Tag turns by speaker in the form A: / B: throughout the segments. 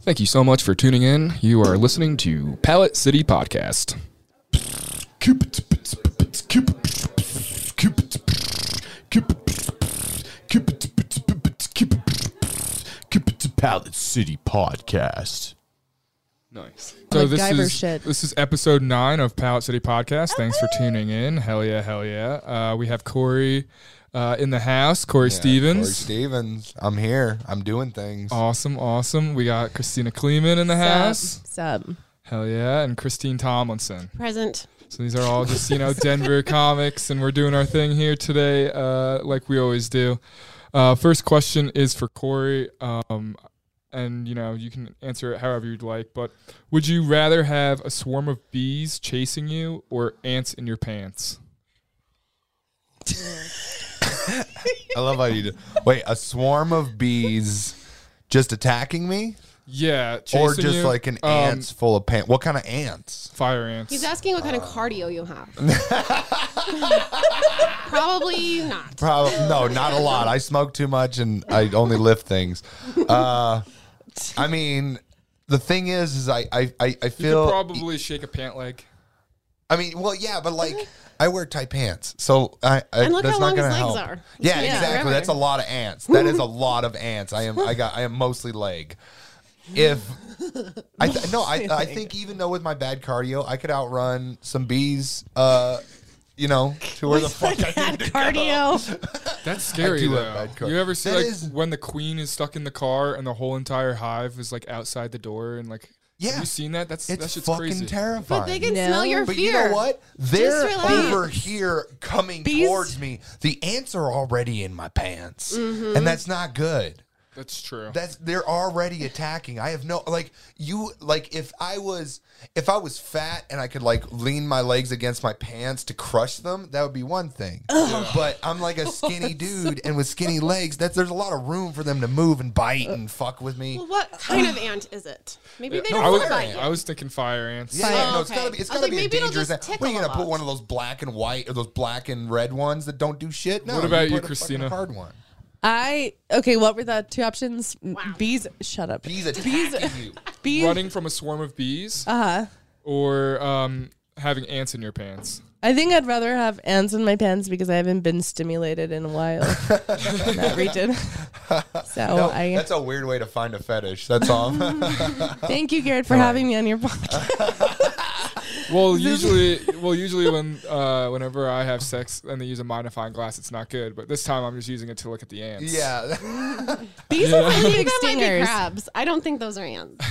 A: Thank you so much for tuning in. You are listening to Pallet City Podcast.
B: Cupid, Cupid, Cupid, Cupid, Cupid, Cupid, Cupid, Palette City Podcast.
A: Nice.
C: I like
A: this
C: diver
A: is
C: shit.
A: this is episode nine of Pallet City Podcast. Thanks for tuning in. Hell yeah, hell yeah. Uh, we have Corey uh, in the house. Corey Stevens.
D: Corey Stevens. I'm here. I'm doing things.
A: Awesome, awesome. We got Christina Kleeman in the
D: Uh-huh.
A: house.
C: Sub.
A: Hell yeah, and Christine Tomlinson.
E: Present.
A: So these are all just you know Denver comics, and we're doing our thing here today, uh, like we always do. Uh, first question is for Corey, um, and you know you can answer it however you'd like. But would you rather have a swarm of bees chasing you or ants in your pants?
D: I love how you do. Wait, a swarm of bees just attacking me,
A: Yeah,
D: or
A: chasing
D: just
A: you,
D: like an
A: um,
D: ants full of pants? What kind of ants?
A: fire ants.
E: He's asking what kind of cardio you have. Probably not.
D: Probably no, not a lot. I smoke too much and I only lift things. Uh, I mean, the thing is, is I I I, I
A: you could
D: feel.
A: probably shake a pant leg.
D: I mean, well, yeah, but like. I wear tight pants, so I, I
E: Uh-huh. And look
D: that's
E: how
D: not
E: long his
D: gonna
E: legs
D: help.
E: are.
D: Yeah,
E: Yeah,
D: exactly.
E: forever.
D: That's a lot of ants. That is a lot of ants. I am. I got. I am mostly leg. If I th- no, I, I think even though with my bad cardio, I could outrun some bees. Uh, you know, to where the fuck I need to go.
E: Cardio.
A: That's scary
D: do
A: though.
D: have bad car-
A: You ever see
D: That
A: like
D: is-
A: when the queen is stuck in the car and the whole entire hive is like outside the door and like
D: Yeah.
A: Have you seen that? That's that
D: It's
A: shit's
D: fucking
A: crazy.
D: terrifying.
E: But they can
C: No.
E: smell your
D: But
E: fear.
D: you know what? They're
E: relax.
D: over here coming
C: Bees-
D: towards me. The ants are already in my pants,
E: Mm-hmm.
D: and that's not good.
A: That's true.
D: That's they're already attacking. I have no like you like if I was if I was fat and I could like lean my legs against my pants to crush them, that would be one thing. But I'm like a skinny dude and with skinny legs, that's there's a lot of room for them to move and bite and fuck with me.
E: Well, what kind of ant is it? Maybe they
A: No,
E: don't
A: I, was,
E: want to bite you.
A: I was thinking fire ants.
D: Yeah,
C: Fire.
D: yeah, no, it's
E: Okay.
D: gotta be. It's
E: I was
D: gotta
E: like,
D: be a
E: maybe it'll
D: dangerous.
E: just
D: thing. What are you
E: tickle
D: gonna
E: them
D: put
E: up.
D: one of those black and white or those black and red ones that don't do shit? No.
A: What about you,
D: put a fucking
A: Christina?
D: Hard one.
C: I okay. What were the two options? M- Bees. Shut up.
D: Bees attacking you.
C: Bees.
A: Running from a swarm of bees
C: Uh huh.
A: or um, having ants in your pants.
C: I think I'd rather have ants in my pants because I haven't been stimulated in a while. in that region. So
E: Oh,
D: No,
C: I
D: that's a weird way to find a fetish. That's all.
C: thank you, Garrett, for having me on your podcast.
A: Well, usually, well, usually when uh, whenever I have sex and they use a magnifying glass, it's not good. But this time, I'm just using it to look at the ants.
D: yeah.
C: Bees are
E: I
C: pretty
E: think that might be
C: extingers.
E: crabs. I don't think those are ants.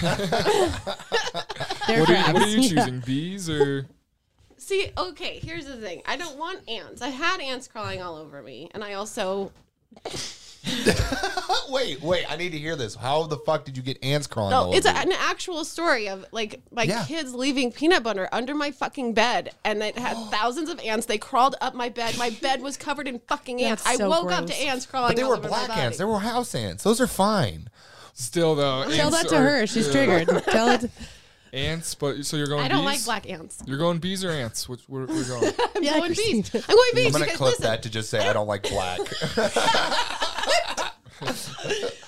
C: They're
A: What are, you,
C: crabs.
A: what are you choosing, bees or?
E: See, okay, here's the thing. I don't want ants. I had ants crawling all over me, and I also
D: Wait, wait. I need to hear this. How the fuck did you get ants crawling?
E: No,
D: all
E: it's a,
D: over you?
E: an actual story of like my
D: Yeah.
E: kids leaving peanut butter under my fucking bed, and it had thousands of ants. They crawled up my bed. My bed was covered in fucking ants.
C: That's
E: I
C: so
E: woke up to
C: gross.
E: ants crawling.
D: But they
E: all
D: were
E: over my
D: black
E: body.
D: ants. They were house ants. Those are fine.
A: Still though,
C: Tell
A: ants
C: that to
A: are-
C: her. She's
A: yeah.
C: triggered. Tell it.
A: Ants, but so you're going.
E: I don't
A: bees?
E: like black ants.
A: You're going bees or ants? Which we're, we're going.
E: I'm
C: Yeah,
E: going
C: Christine.
E: bees. I'm going bees.
D: I'm gonna
E: because
D: clip
E: listen,
D: that to just say I don't like black.
E: listen.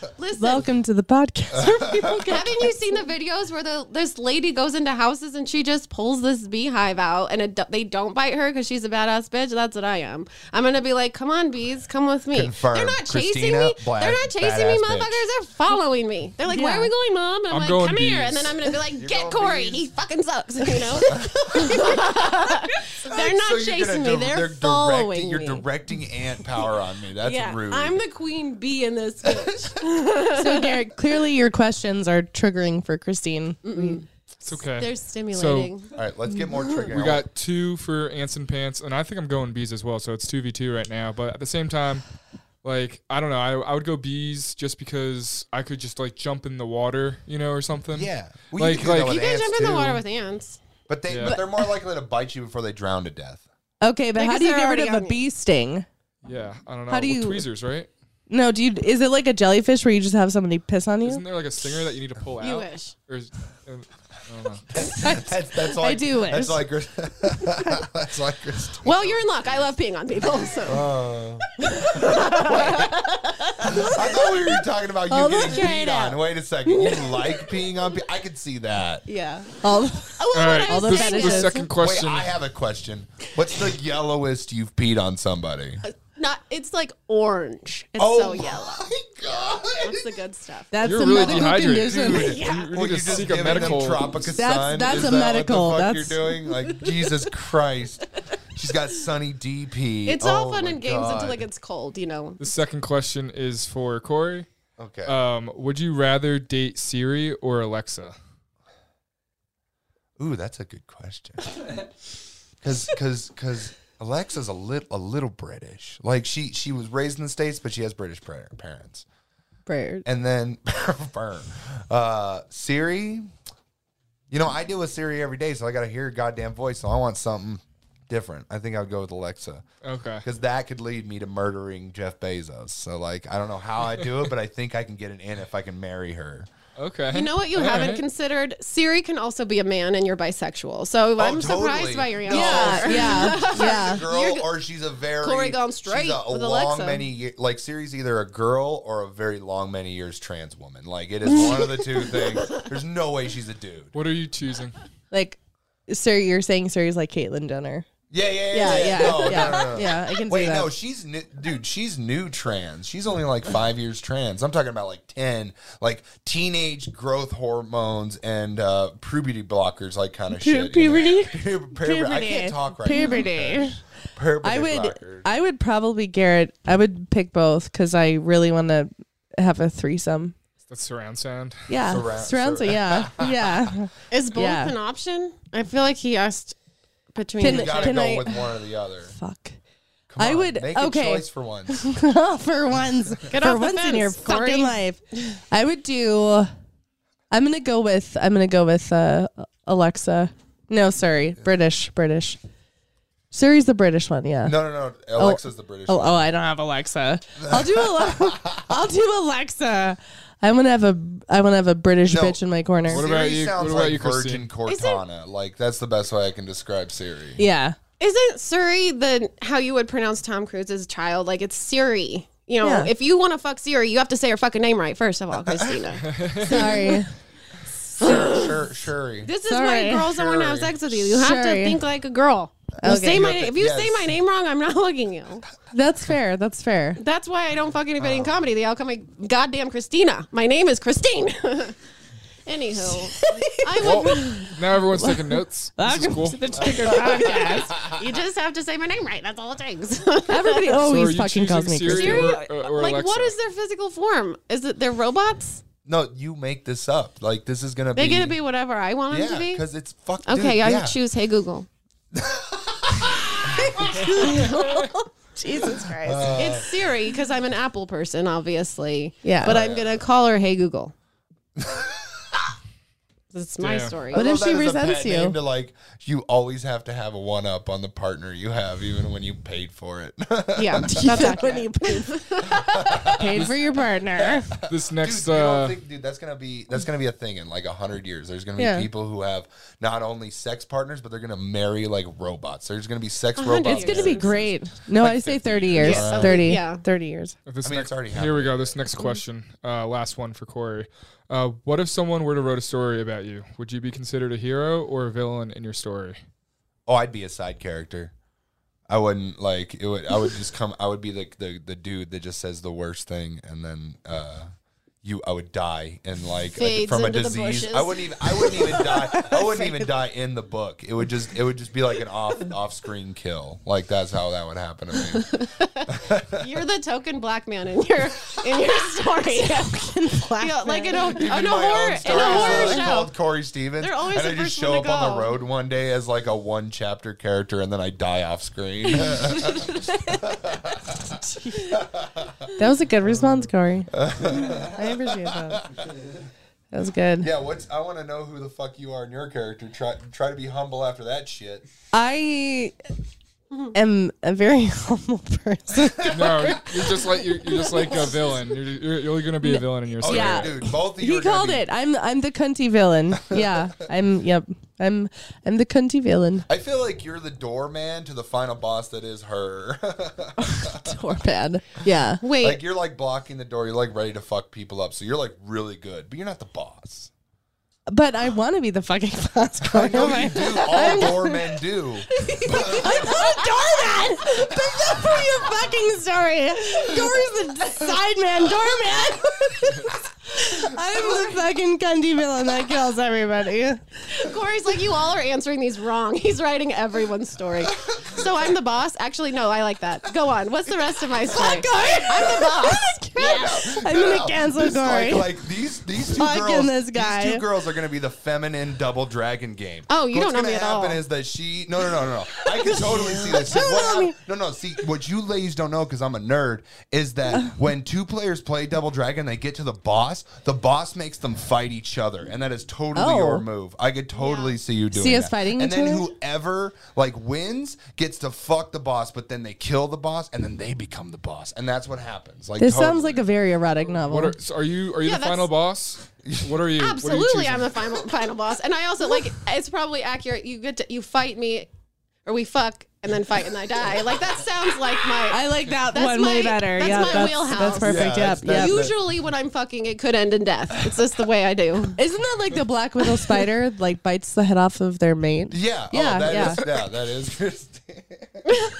C: Welcome to the podcast. where people get-
E: Haven't you seen the videos where the this lady goes into houses and she just pulls this beehive out and it, do- they don't bite her because she's a badass bitch? That's what I am. I'm gonna be like, come on, bees, come with me.
D: Confirmed.
E: They're not chasing
D: Christina
E: me.
D: Black,
E: They're not chasing
D: badass
E: me,
D: bitch.
E: motherfuckers. They're following me. They're like, where
C: Yeah.
E: are we going, mom? And I'm,
A: I'm
E: like,
A: going
E: come here.
A: bees.
E: And then I'm gonna be like,
D: going
E: get Corey.
D: bees?
E: He fucking sucks. You know. they're not
D: So you're
E: chasing
D: gonna
E: me.
D: dir-
E: They're,
D: directing-
E: following
D: You're
E: me.
D: directing ant power on me. That's
E: yeah,
D: rude.
E: I'm the queen bee in this bitch.
C: so Garrett, clearly your questions are triggering for Christine.
E: Mm.
A: It's okay.
E: They're stimulating.
D: all right, let's get more trigger.
A: We got two for ants and pants, and I think I'm going bees as well. So it's two v two right now. But at the same time, like I don't know, I, I would go bees just because I could just like jump in the water, you know, or something.
D: yeah. Well,
A: Like-
D: do that
A: like-
D: with
E: you can
D: ants,
E: jump in the
D: too.
E: water with ants.
D: but they
A: Yeah.
D: but they're more likely to bite you before they drown to death.
C: Okay, but how
E: Because
C: do you
E: they're
C: get rid
E: already
C: of a
E: on you.
C: bee sting?
A: yeah. I don't know.
C: How do
A: With
C: you-
A: tweezers, right?
C: No, do you? Is it like a jellyfish where you just have somebody piss on
A: Isn't
C: you?
A: there like a stinger that you need to pull out?
E: You wish.
A: Or is, um, I don't know.
D: That's, that's all
C: I do wish.
D: That's like that's like Chris.
E: Well, you're in luck. I love peeing on people. So
D: I thought we were talking about you
C: Oh, look,
D: getting
C: try it
D: peed
C: out.
D: on. Wait a second. You like peeing on people? I could see that.
E: yeah.
C: All-
E: Oh,
A: All right.
E: what I
C: All
E: was
C: those
A: this-
E: saying
A: the
C: fetishes.
E: is
A: second question.
D: Wait, I have a question. What's the yellowest you've peed on somebody?
E: not. It's like orange. It's
D: Oh.
E: so yellow.
D: my god!
E: That's the good stuff.
C: that's
A: You're
C: a
A: really
C: medical
A: dehydrated.
C: condition.
A: Dude, You
D: Well,
A: need
D: you're
A: to
D: just
A: seek a
D: giving them
A: medical.
D: Tropica
C: That's-
D: sun.
C: that's
D: Is
C: a
D: that
C: medical.
D: What the fuck
C: That's-
D: you're doing. Like Jesus Christ. She's got sunny DP.
E: It's all
D: Oh
E: fun
D: my
E: and games
D: God.
E: until it gets cold. You know.
A: The second question is for Corey.
D: Okay.
A: Um, would you rather date Siri or Alexa?
D: Ooh, that's a good question. Because because because Alexa's a little a little British. Like she she was raised in the states, but she has British par- parents.
C: Prayer.
D: And then burn. uh, Siri. You know, I deal with Siri every day, so I got to hear her goddamn voice. So I want something different. I think I would go with Alexa
A: Okay.
D: because that could lead me to murdering Jeff Bezos. So like, I don't know how I do it, but I think I can get it in if I can marry her.
A: Okay.
E: You know what you
A: All
E: haven't
A: right.
E: considered? Siri can also be a man, and you're bisexual. So I'm
D: totally.
E: surprised by your
D: No,
E: answer.
C: Yeah, yeah, yeah.
D: girl or she's a very
E: Uh, Corey gone straight
D: she's a, a
E: with
D: long
E: Alexa.
D: many ye- like Siri's either a girl or a very long many years trans woman. Like it is one of the two things. There's no way she's a dude.
A: What are you choosing?
C: Like, sir, you're saying Siri's like Caitlyn Jenner.
D: Yeah, yeah,
C: Yeah,
D: yeah, Oh,
C: yeah,
D: No, no,
C: yeah,
D: no, no, no.
C: yeah. I can see
D: Wait,
C: that.
D: no, she's new, dude. She's new trans. She's only like five years trans. I'm talking about like ten, like teenage growth hormones and uh, puberty blockers, like kind of shit. you know?
C: Puberty?
D: Pu- puberty. I can't talk right
C: Puberty.
D: now. okay? Puberty.
C: I would,
D: blockers.
C: I would probably Garrett. I would pick both because I really want to have a threesome.
A: That's surround sound.
C: Yeah,
D: Surround-
C: surround. so yeah, yeah.
E: Is both
C: Yeah.
E: an option? I feel like he asked between.
C: Can-
E: the
D: You gotta
C: Can
D: go
C: I-
D: with one or the other.
C: Fuck.
D: Come
C: I
D: on,
C: would-
D: make
C: okay.
D: a choice for once.
C: for once,
E: off
C: for
E: the
C: once in your
E: fence, Corey.
C: fucking life, I would do. I'm gonna go with. I'm gonna go with uh, Alexa. No, sorry, British, British. Siri's the British one. Yeah.
D: No, no, no. Alexa's the British.
C: Oh, oh, I don't have Alexa. I'll do Alexa. I'll do Alexa. I want to have a. I want to have a British
D: No.
C: bitch in my corner.
A: What about you-
D: sounds
A: what about
D: like
A: you,
D: Virgin
A: Christine?
D: Cortana. like that's the best way I can describe Siri.
C: yeah.
E: Isn't Siri the how you would pronounce Tom Cruise's child? Like it's Siri. You know,
C: Yeah.
E: if you want to fuck Siri, you have to say her fucking name right first of all, Christina.
C: Sorry.
D: Sure, Shuri.
E: this is
C: Sorry.
E: why girls don't want to have
D: Siri.
E: sex with you. You have to
C: Siri.
E: think like a girl. You
C: Okay.
E: Say
C: You
E: my
D: have to-
E: if you say
D: yes.
E: my name wrong, I'm not hugging you.
C: That's fair. That's fair.
E: That's why I don't fuck anybody in comedy. They all come like goddamn Christina. My name is Christine. Anywho, I would,
A: Now everyone's taking notes. This is cool.
C: Trigger podcast.
E: you just have to say my name right. That's all it takes.
C: Everybody
A: So are
C: always
A: you
C: fucking calls
A: choosing
C: me.
A: Siri?
E: Siri,
A: Or- or- or
E: like, what
A: Alexa.
E: is their physical form? Is it they're robots?
D: No, you make this up. Like this is gonna
E: They're
D: be.
E: gonna be whatever I want them
D: Yeah,
E: to be.
D: because it's fuck.
E: Okay,
D: dude,
E: I
D: yeah.
E: choose Hey Google.
C: Jesus Christ.
E: it's Siri because I'm an Apple person, obviously.
C: Yeah.
E: but I'm gonna call her Hey Google. That's my
A: Damn.
E: story.
D: I
C: What if
D: love that
C: she
D: as a
C: resents
D: pet
C: you?
D: name To like, you always have to have a one up on the partner you have, even when you paid for it.
E: Yeah, that's
C: when you
E: accurate.
C: paid, paid for your partner.
A: This
D: Dude,
A: next
D: you don't
A: uh,
D: think- dude, that's gonna be that's gonna be a thing in like a hundred years. There's gonna be
C: Yeah.
D: people who have not only sex partners, but they're gonna marry like robots. There's gonna be sex
E: hundred
D: robots.
E: years.
C: It's going to be great. No, I say 30 years.
E: years. Yeah.
C: 30.
E: Yeah.
C: 30 years.
A: This
D: I mean,
A: next-
D: it's already
A: Here we go. This next question, uh, last one for Corey. Uh, what if someone were to write a story about you? Would you be considered a hero or a villain in your story?
D: Oh, I'd be a side character. I wouldn't like it. Would I would just come? I would be like the the dude that just says the worst thing, and then uh, you. I would die and like a,
E: Fades
D: from a
E: into the
D: disease.
E: bushes.
D: I wouldn't even. I wouldn't even die. I wouldn't even die in the book. It would just. It would just be like an off off screen kill. Like that's how that would happen to me.
E: You're the token black man in your in your story. Yeah, like in a, in
D: Even
E: a
D: my
E: horror
D: own
E: in
D: story
E: a
D: is
E: horror
D: literally
E: show.
D: called Corey Stevens.
E: They're always
D: and
E: the
D: I just
E: first
D: show
E: one
D: up
E: to
D: on the
E: go.
D: road one day as like a one chapter character, and then I die off screen.
C: That was a good response, Corey. I appreciate that. That was good.
D: Yeah, what's I want to know who the fuck you are in your character. Try try to be humble after that shit.
C: I am a very humble person.
A: No, you're just like you're, you're just like a villain. You're, you're, you're gonna be a villain in your
D: Oh
A: story.
D: yeah,
C: Yeah.
D: dude. Both of you.
C: he
D: are gonna
C: called
D: be-
C: it. I'm I'm the cunty villain. Yeah, I'm. Yep, I'm I'm the cunty villain.
D: I feel like you're the doorman to the final boss that is her.
C: Torpad. Yeah.
E: Wait,
D: like you're like blocking the door. You're like ready to fuck people up. So you're like really good, but you're not the boss.
C: But I want to be the fucking boss.
D: I know you do. All doormen do.
C: I'm not a doorman. But that's for your fucking story. Door's the sideman doorman. I'm the fucking cunty villain that kills everybody.
E: Corey's like, you all are answering these wrong. He's writing everyone's story. So I'm the boss. Actually, no, I like that. Go on. What's the rest of my story?
C: I'm the boss. I'm gonna cancel
D: It's like,
C: Dory.
D: like these these two
C: Fucking
D: girls,
C: this guy.
D: these two girls are gonna be the feminine double dragon game.
E: Oh, you
D: What's
E: don't know
D: gonna
E: me at all.
D: happen is that she no no no no no. I can totally see this. See,
C: Don't
D: what
C: know
D: hap-
C: me.
D: no no see what you ladies don't know because I'm a nerd is that when two players play double dragon, they get to the boss. The boss makes them fight each other, and that is totally
C: Oh.
D: your move. I could totally see you doing
C: See us
D: that.
C: fighting
D: and
C: each
D: then
C: other?
D: whoever like wins gets to fuck the boss, but then they kill the boss, and then they become the boss, and that's what happens. Like
C: This
D: totally.
C: sounds like a very erotic novel.
A: What are so are you? Are you
E: Yeah,
A: the final boss? What are you? What are you
E: Absolutely,
A: choosing?
E: I'm the final final boss. And I also like it's probably accurate. You get to you fight me, or we fuck and then fight and I die. Like that sounds like my.
C: I like that
E: That's
C: one way
E: my-
C: better.
E: that's
C: yeah,
E: my
C: that's,
E: wheelhouse.
C: that's perfect.
D: Yeah,
C: Yeah,
D: that's-
C: yeah.
D: that's-
E: usually when I'm fucking, it could end in death. It's just the way I do.
C: Isn't that like the black widow spider like bites the head off of their mate?
D: Yeah.
C: Yeah,
D: Oh, that
C: yeah.
D: is- yeah, that is Christine.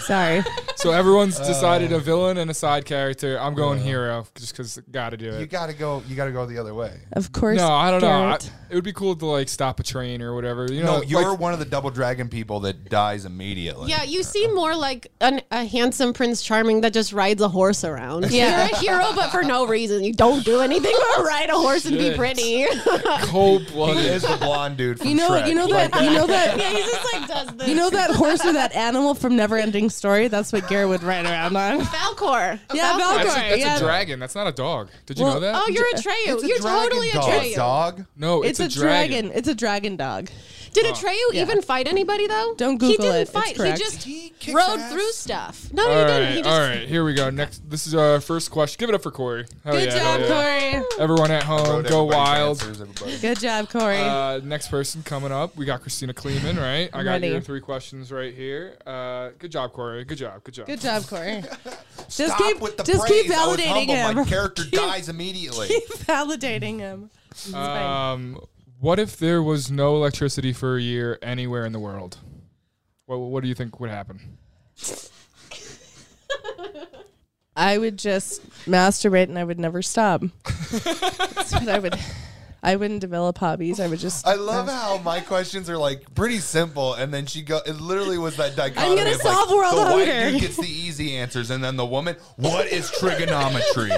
C: Sorry.
A: So everyone's
D: Uh,
A: decided a villain and a side character. I'm going hero just because gotta do
D: You
A: it.
D: gotta go. You gotta go the other way.
C: Of course.
A: No, I don't
C: Garrett.
A: know. I, it would be cool to like stop a train or whatever. You know,
D: No, you're
A: Oh, like,
D: one of the double dragon people that dies immediately.
E: Yeah, you seem more like an, a handsome Prince Charming that just rides a horse around. Yeah. You're a hero, but for no reason. You don't do anything but ride a horse and
A: Shit.
E: be pretty.
A: cold
D: he
A: blooded.
D: is the blonde dude. From
C: you know
D: Shrek.
C: you know
D: Like,
C: that you know that
E: he just like does this.
C: You know that horse or that animal from Never Ending Story? That's what Garrett would ride around on.
E: Falcor.
C: Yeah, Falcor.
A: that's a, that's
C: yeah.
A: a dragon. That's not a dog. Did you
C: Well,
A: know that?
E: Oh, you're Atreyu.
D: it's a
E: you're
D: dragon
E: totally
D: dog.
E: Atreyu.
D: Dog.
A: no,
C: It's, a dragon. It's a dragon dog.
E: Did Atreyu
C: Yeah.
E: even fight anybody though?
C: Don't
E: He
C: Google
E: didn't
C: it. It's
E: fight. he
C: correct.
E: just
D: He kicks
E: rode
D: ass.
E: through stuff. No,
A: All
E: he didn't.
A: right,
E: He just
A: all right. Here we go. Next, this is our first question. Give it up for Corey. Hell yeah, hell yeah.
C: Corey.
A: Everyone at home,
D: Rode
A: go
D: everybody's
A: wild.
D: answers, everybody.
C: Good job, Corey.
A: Uh, next person coming up, we got Christina Kleeman, right? I got
C: Ready.
A: your three questions right here. Uh, good job, Corey. Good job. Good job.
C: Good job, Corey. just
D: Stop
C: keep
D: with the
C: just
D: praise.
C: keep
D: I was
C: validating
D: humble.
C: him.
D: My character dies immediately.
C: keep validating him. It's fine.
A: Um, what if there was no electricity for a year anywhere in the world? What What do you think would happen?
C: I would just masturbate and I would never stop. That's what I would I wouldn't develop hobbies. I would just
D: I love how my questions are like pretty simple, and then she go. It literally was that dichotomy.
C: I'm gonna
D: of, like,
C: solve world
D: the white
C: hunger.
D: dude gets the easy answers, and then the woman, what is trigonometry?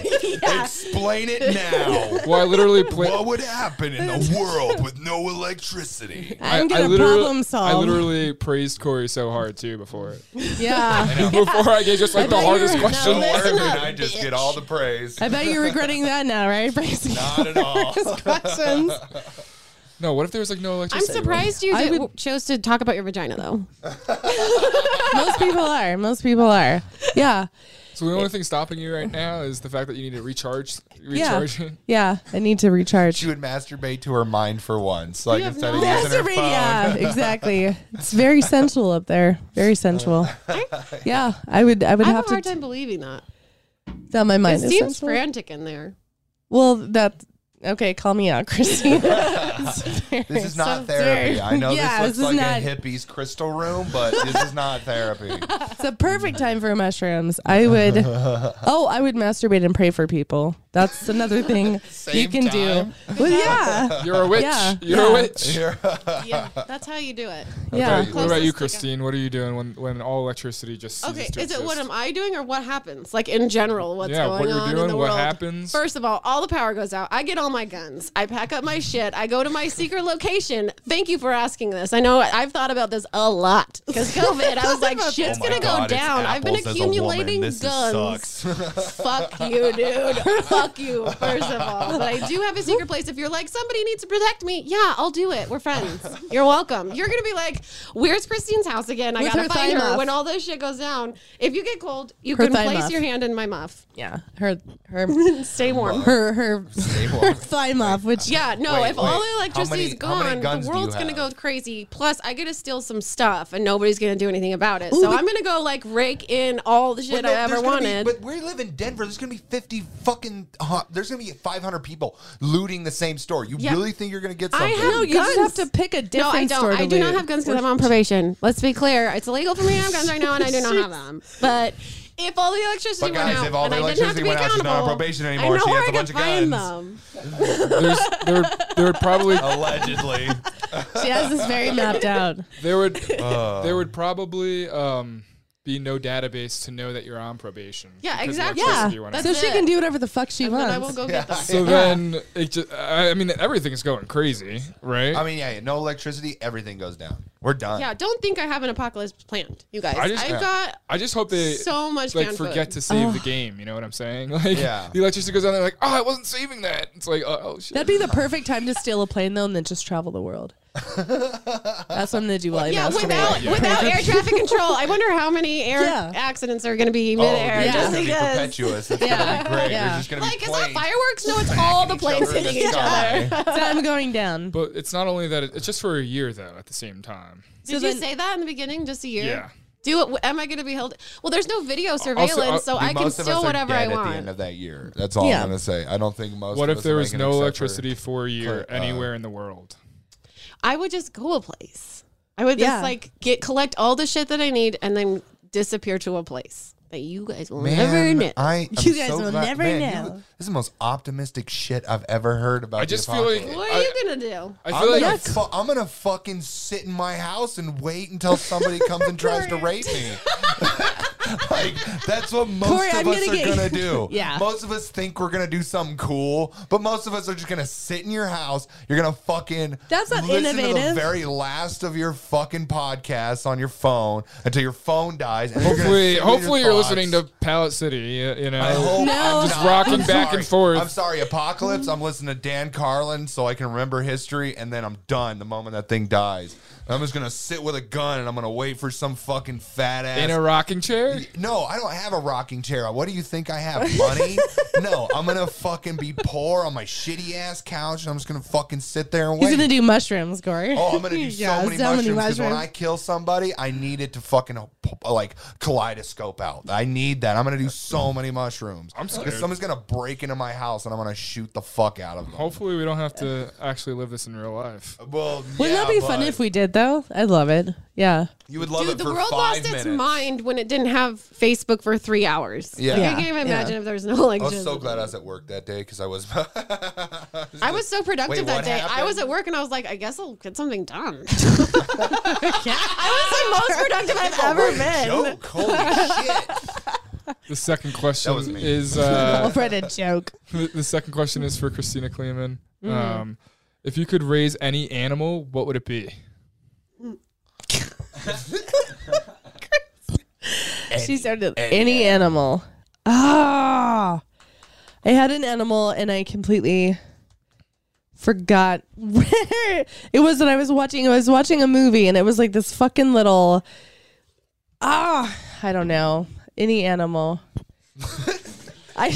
D: Explain it now.
A: Well, I literally played.
D: What would happen in the world with no electricity?
A: I-
C: I'm
A: I
C: gonna
A: literally-
C: problem solve.
A: I literally praised Corey so hard too before it.
C: yeah.
A: before I gave just like the
C: thought you
A: hardest
C: were-
A: question.
D: Don't worry,
E: listen
D: man,
E: up,
D: I just
E: bitch.
D: get all the praise.
C: I bet you're regretting that now, right? Bracing
D: Not at all.
C: questions.
A: No, what if there was like no
E: I'm
A: electricity?
E: surprised you
C: I
E: did,
C: would-
E: chose to talk about your vagina though.
C: Most people are. Most people are. Yeah.
A: So the only thing stopping you right now is the fact that you need to recharge. Recharge.
C: Yeah. Yeah. I need to recharge.
D: She would masturbate to her mind for once, like
E: have
D: instead
E: no-
D: of using her phone.
C: Masturbate, yeah, exactly. It's very sensual up there. Very sensual. Yeah, I would. I would
E: I have
C: have
E: a
C: to.
E: hard time believing that.
C: It's on my
E: It
C: mind. is
E: seems
C: sensual.
E: frantic in there.
C: Well, that. Okay, call me out, Christina. It's very-
D: This is not
E: So
D: therapy.
C: scary.
D: I know
C: Yeah,
D: this
C: this
D: looks
C: is
D: like a
C: not-
D: hippie's crystal room, but this is not therapy.
C: it's a perfect time for mushrooms. I would. Oh, I would masturbate and pray for people. That's another thing you
D: Same
C: can
D: time?
C: do. Well, yeah,
A: You're a witch.
C: Yeah,
A: You're a
C: yeah.
A: witch.
E: Yeah, that's how you do it.
C: yeah.
A: What about you,
E: Closest to
A: Christine? What are you doing when, when all electricity just ceases
E: Okay,
A: to
E: is it what
A: exist?
E: am I doing or what happens? Like in general, what's
A: Yeah, what
E: going
A: you're
E: on
A: doing,
E: in the
A: what
E: world?
A: happens.
E: First of all, all the power goes out. I get all my guns. I pack up my shit. I go to my secret location. Thank you for asking this. I know I've thought about this a lot because COVID. I was like, shit's
D: Oh my
E: gonna
D: God,
E: go
D: it's
E: down. I've been
D: apples as a woman.
E: accumulating
D: This is
E: guns. Fuck you, dude. Fuck fuck you, first of all. But I do have a secret place. If you're like, somebody needs to protect me, yeah, I'll do it. We're friends. You're welcome. You're going to be like, where's Christine's house again? I
C: With
E: got
C: her
E: to find
C: thigh
E: her
C: muff.
E: when all this shit goes down. If you get cold, you
C: Her
E: can
C: thigh
E: place
C: muff.
E: your hand in my muff.
C: Yeah, her her
E: Stay warm.
C: her her,
D: Stay warm.
C: her thigh off, which
E: Yeah, no,
D: Wait,
E: if
D: wait.
E: all
D: How
E: the electricity is
D: many- how many
E: gone,
D: guns
E: the
D: do
E: world's
D: you
E: going to go
D: have?
E: crazy. Plus, I got to steal some stuff and nobody's going to do anything about it. so
C: we-
E: I'm going to go like rake in all the shit
D: But no,
E: I ever
D: there's gonna be-
E: wanted.
D: but we live in Denver. There's going to be 50 fucking. Uh, there's going to be 500 people looting the same store. You
E: Yeah.
D: really think you're going to get
E: I
D: something?
E: have
C: you just
E: guns.
C: have to pick a
E: no,
C: different
E: I don't.
C: store to
E: I do not
C: loot.
E: have guns because
C: We're-
E: I'm on probation. Let's be clear. It's illegal for me to have guns right now, and I do not have them. But if all the electricity
D: But
E: went
D: guys,
E: out,
D: if all
E: and
D: the
E: I didn't have to
D: electricity
E: be
D: went out, she's not on
E: accountable,
D: probation
E: I know
D: anymore. She
E: where
D: has
E: I
D: a bunch
E: could
D: of
E: find
D: guns.
E: them.
A: There's there there would probably
D: Allegedly.
C: She has this very mapped out.
A: there would
D: Uh.
A: there would probably um be no database to know that you're on probation.
E: Yeah,
A: because the
E: exactly.
C: Yeah,
A: electricity went out.
C: so she
E: it.
C: can do whatever the fuck she
E: Then
C: wants.
E: I will go get them.
A: So then it just I I mean everything is going crazy, right?
D: I mean, yeah, yeah, no electricity. Everything goes down. We're done.
E: Yeah, don't think I have an apocalypse planned, you guys.
A: I just-
E: I've
A: yeah.
E: got
A: I just hope they
E: so much
A: like
E: canned
A: forget
E: food.
A: to save the game. You know what I'm saying? Like
D: Yeah.
A: the electricity goes on. They're like, oh, I wasn't saving that. It's like, oh, oh shit.
C: That'd be the perfect time to steal a plane though, and then just travel the world. That's what I'm gonna do while I
E: Yeah,
C: masturbate.
E: without without air traffic control, I wonder how many air
C: Yeah.
E: accidents are going to be
D: Oh,
E: midair
D: yeah. It's
E: just
D: going to be
E: because.
D: perpetuous. It's going to be great.
C: Yeah.
D: There's just going to
E: Like,
D: be
E: is
D: planes.
E: that fireworks? No, it's all the planes
D: in the
E: hitting each
D: sky.
E: other.
C: So I'm going down.
A: But it's not only that. It, it's just for a year though. At the same time.
E: Did
C: So
E: you
C: then-
E: say that in the beginning? Just a year?
A: Yeah.
E: Do it? Am I going to be held? Well, there's no video surveillance,
A: I'll-
E: so
A: we-
E: I can
D: Most of
E: steal
D: us are
E: whatever I
D: dead
E: want.
D: At the end of that year, that's all
C: Yeah.
D: I'm going to say. I don't think most.
A: What
D: of
A: if
D: us
A: there
D: are
A: was
D: making
A: no
D: except for-
A: electricity for a year
D: for, uh,
A: anywhere in the world?
E: I would just go a place. I would
C: Yeah.
E: just like get collect all the shit that I need and then disappear to a place that you guys will never
D: Man,
E: know.
D: I, am
C: You guys
D: so
C: will
D: glad-
C: never
D: man, you-
C: know.
D: this is the most optimistic shit I've ever heard about.
A: I
D: the
A: just feel like-
D: apocalypse.
E: what are
A: I-
E: you gonna do?
A: I
D: I'm
A: feel like
D: gonna, fu- I'm gonna fucking sit in my house and wait until somebody comes and tries to rape me. like that's what most
C: Corey,
D: of
C: I'm
D: us
C: gonna
D: are
C: get-
D: gonna do.
C: Yeah.
D: Most of us think we're gonna do something cool, but most of us are just gonna sit in your house. You're gonna fucking
C: That's not
D: listen to the
C: innovative.
D: very last of your fucking podcasts on your phone until your phone dies. And you're gonna
A: hopefully,
D: sit with
A: hopefully
D: your
A: you're
D: thoughts.
A: listening to Palette City. uh, You know,
D: I hope
C: No.
D: I'm
C: Just
D: not.
A: rocking
D: I'm
A: back
D: sorry.
A: and forth.
D: I'm sorry, Apocalypse. I'm listening to Dan Carlin so I can remember history, and then I'm done the moment that thing dies. I'm just gonna sit with a gun and I'm gonna wait for some fucking fat ass.
A: in a rocking chair.
D: no, I don't have a rocking chair. What do you think I have? Money? no, I'm gonna fucking be poor on my shitty ass couch, and I'm just gonna fucking sit there and
C: He's
D: wait.
C: gonna do mushrooms, Corey.
D: Oh, I'm gonna do
C: Yeah,
D: so many
C: so
D: mushrooms
C: many
D: 'cause when
C: mushrooms.
D: I kill somebody, I need it to fucking uh, p- like kaleidoscope out. I need that. I'm gonna do so many mushrooms. Mm. I'm
A: scared.
D: Someone's gonna break into my house and I'm gonna shoot the fuck out of them.
A: Hopefully, we don't have to actually live this in real life.
D: Well,
C: Wouldn't
D: yeah,
C: that be
D: but
C: fun if we did though? I'd love it. Yeah.
D: You would love
E: Dude,
D: it
E: the
D: for
E: world
D: five
E: lost
D: minutes.
E: its mind when it didn't have Facebook for three hours.
D: Yeah.
E: Like,
D: Yeah,
E: I can't even
C: yeah.
E: imagine if there was no like.
D: I was
E: just-
D: so glad I was at work that day because I was.
E: I was so productive
D: Wait,
E: that
D: what
E: day. I
D: happened?
E: was at work and I was like, I guess I'll get something done. I was the most productive I've ever been.
D: joke. Holy shit!
A: The second question
D: was me.
A: is uh,
C: I'll write a joke.
A: the the second question is for Christina Kleeman. Um, if you could raise any animal, what would it be?
C: she started any animal. Ah, I had an animal and I completely forgot where it was that I was watching. I was watching a movie and it was like this fucking little ah, I don't know any animal. I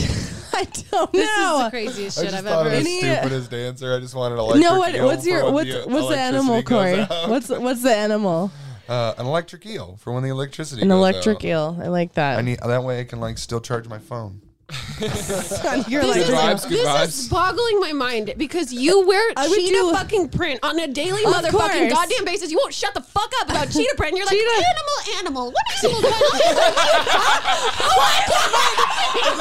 C: I don't
E: This is
C: know.
E: the craziest
D: I
E: shit
D: just
E: I've
D: thought
E: ever.
D: of the
C: Any-
D: stupidest answer. I just wanted to
C: no, what, what's your what's what's the animal, Corey? What's what's the animal?
D: uh, an electric eel for when the electricity?
C: An
D: goes
C: electric
D: out.
C: eel. I like that.
D: I need that way I can like still charge my phone.
C: You're
E: This, is,
C: like,
A: vibes, good
E: this is
A: vibes.
E: boggling my mind because you wear
C: I would
E: cheetah
C: do-
E: fucking print on a daily
C: Of
E: motherfucking
C: course.
E: goddamn basis. You won't shut the fuck up about cheetah print. You're like
C: Cheetah-
E: animal, animal. What animal do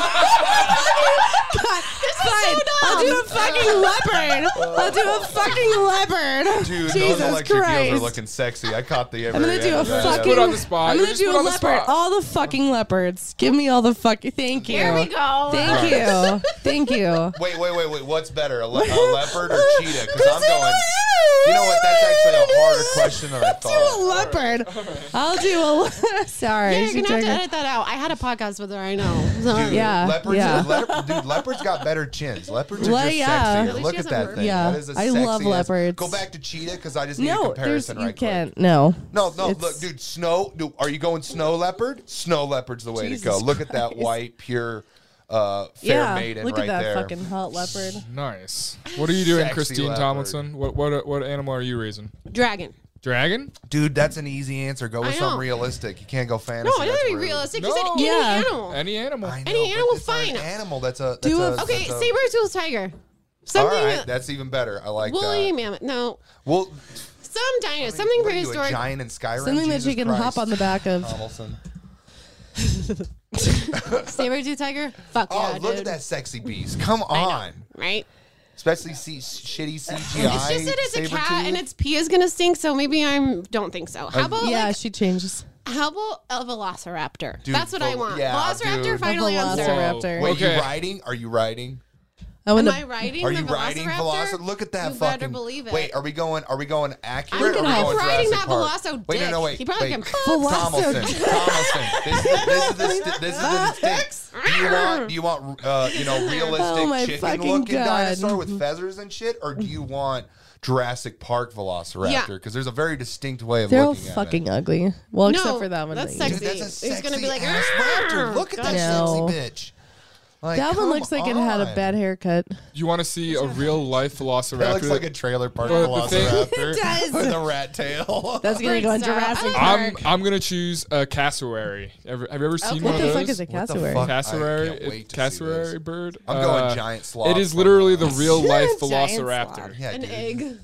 E: I like? What? This is
C: fine.
E: so dumb.
C: I'll do a fucking leopard. I'll do a fucking leopard.
D: Dude, those
C: Jesus
D: electric
C: Christ.
D: eels are looking sexy. I caught the.
C: I'm gonna do a fucking.
A: put on the spot.
C: I'm
A: You
C: gonna
A: just
C: do
A: put
C: a
A: on the
C: leopard.
A: spot.
C: All the fucking leopards. Give me all the fucking. Thank you.
E: Here we go.
C: Thank you. Thank you.
D: Wait, wait, wait, wait. What's better, a, le- a leopard or cheetah? Because I'm
C: Christina,
D: going. You know what? That's actually a harder question than I
C: do a
D: thought.
C: leopard. I'll do a. le- Sorry.
E: Yeah,
C: she
E: you're gonna have to
C: triggered-
E: edit that out. I had a podcast with her. I know. So-
D: Dude,
C: Uh, Yeah,
D: leopards,
C: yeah.
D: leopard- dude, leopards got better chins. Leopards are
C: Well,
D: just
C: yeah.
D: sexier.
C: At
E: least
D: Look at
E: she has a
D: that
E: bird.
D: thing.
C: Yeah,
D: That is a
C: I
D: sexy
C: love
D: ass-
C: leopards.
D: Go back to cheetah because I just need a
C: No, there's
D: comparison
C: you
D: right quick.
C: can't. No.
D: No, no,
C: It's-
D: look, dude, snow. Dude, are you going snow leopard? Snow leopard's the way
C: Jesus
D: to go. Look at that white, pure, uh, fair
C: yeah,
D: maiden
C: look
D: right
C: at that
D: there.
C: fucking hot leopard.
A: Nice. What are you doing,
D: Sexy
A: Christine
D: leopard.
A: Tomlinson? What what what animal are you raising?
E: Dragon.
A: Dragon?
D: Dude, that's an easy answer. Go with
E: I
D: something
E: know.
D: realistic. You can't go fantasy.
E: No, it
D: That's
E: doesn't be
D: rude.
E: realistic.
A: No.
E: You said any
C: Yeah.
E: animal.
A: Any animal?
D: Oh, I know,
E: Any
D: but
E: animal,
D: it's not an
E: fine.
D: animal. That's a. That's
C: Do
D: a
C: a-
E: okay,
D: that's a-
E: saber tooth tiger.
D: All
E: Something.
D: right, that's even better. I like
E: woolly
D: that.
E: mammoth. No,
D: Well,
E: some dinosaur. Something
D: what are you, a
E: prehistoric.
D: giant in Skyrim.
C: Something
D: Jesus
C: that you can
D: Christ.
C: hop on the back of.
D: Tomlinson.
E: Saber tooth tiger. Fuck
D: Oh,
E: yeah,
D: look at
E: dude.
D: that sexy beast. Come
E: I
D: on.
E: know, right?
D: Especially C- shitty CGI.
E: It's just that it's a
D: saber
E: cat
D: tooth.
E: and its pee is gonna stink, so maybe I'm don't think so. How about
C: yeah,
E: like
C: she changes.
E: how about a velociraptor?
D: Dude,
E: That's what I
D: vel-
E: want.
D: yeah,
E: velociraptor
D: dude.
E: final answer.
C: Velociraptor. oh,
D: Wait,
A: Okay.
D: you riding? Are you riding?
C: I want
E: Am
C: to.
E: I riding?
D: Are
E: the
D: you riding
E: velociraptor?
D: Velociraptor? Look at that
E: You
D: fucking.
E: better believe it.
D: Wait, are we going? Are we going accurate?
E: I'm
D: or are we
E: gonna-
D: going
E: I'm riding
D: Jurassic
E: that
D: Park?
E: Veloso
D: Wait, no, no,
E: dick.
D: wait.
E: He probably
D: wait.
E: can-
C: Veloso
D: Tomlinson,
C: dick.
D: Tomlinson. This is this is the sti- this is the
E: Rex.
D: stick. Do you want do you want uh, you know
C: Oh
D: realistic
C: my
D: chicken
C: fucking
D: looking
C: God.
D: dinosaur with feathers and shit, or do you want Jurassic Park Velociraptor? Because there's a very distinct way of
C: They're all
D: looking at it.
C: fucking ugly. Well,
E: No,
C: except for that one.
E: that's
C: that you-
D: Dude, that's a
E: He's
D: sexy
E: gonna be like,
D: ass raptor. Look at that
C: No.
D: sexy bitch. Like,
C: That one
D: come
C: looks like it had a
D: on.
C: bad haircut.
A: You want to see a real life velociraptor?
D: That looks like a trailer park
A: Well, the thing-
D: velociraptor
C: does.
D: with a rat tail.
C: That's gonna go in
E: Freaks out.
C: Jurassic
E: I
A: I'm
C: Park.
A: I'm gonna choose a cassowary. Ever, have you ever seen one
E: Okay.
C: What
A: of
C: the
A: those?
C: fuck is a
D: What the
C: cassowary?
D: fuck? I can't
A: Cassowary,
D: wait to see
A: cassowary
D: this.
A: bird. Uh,
D: I'm going giant sloth
A: It is literally the
D: somewhere.
A: real life
C: Giant
A: velociraptor.
C: sloth.
D: Yeah,
E: An
D: dude.
E: egg.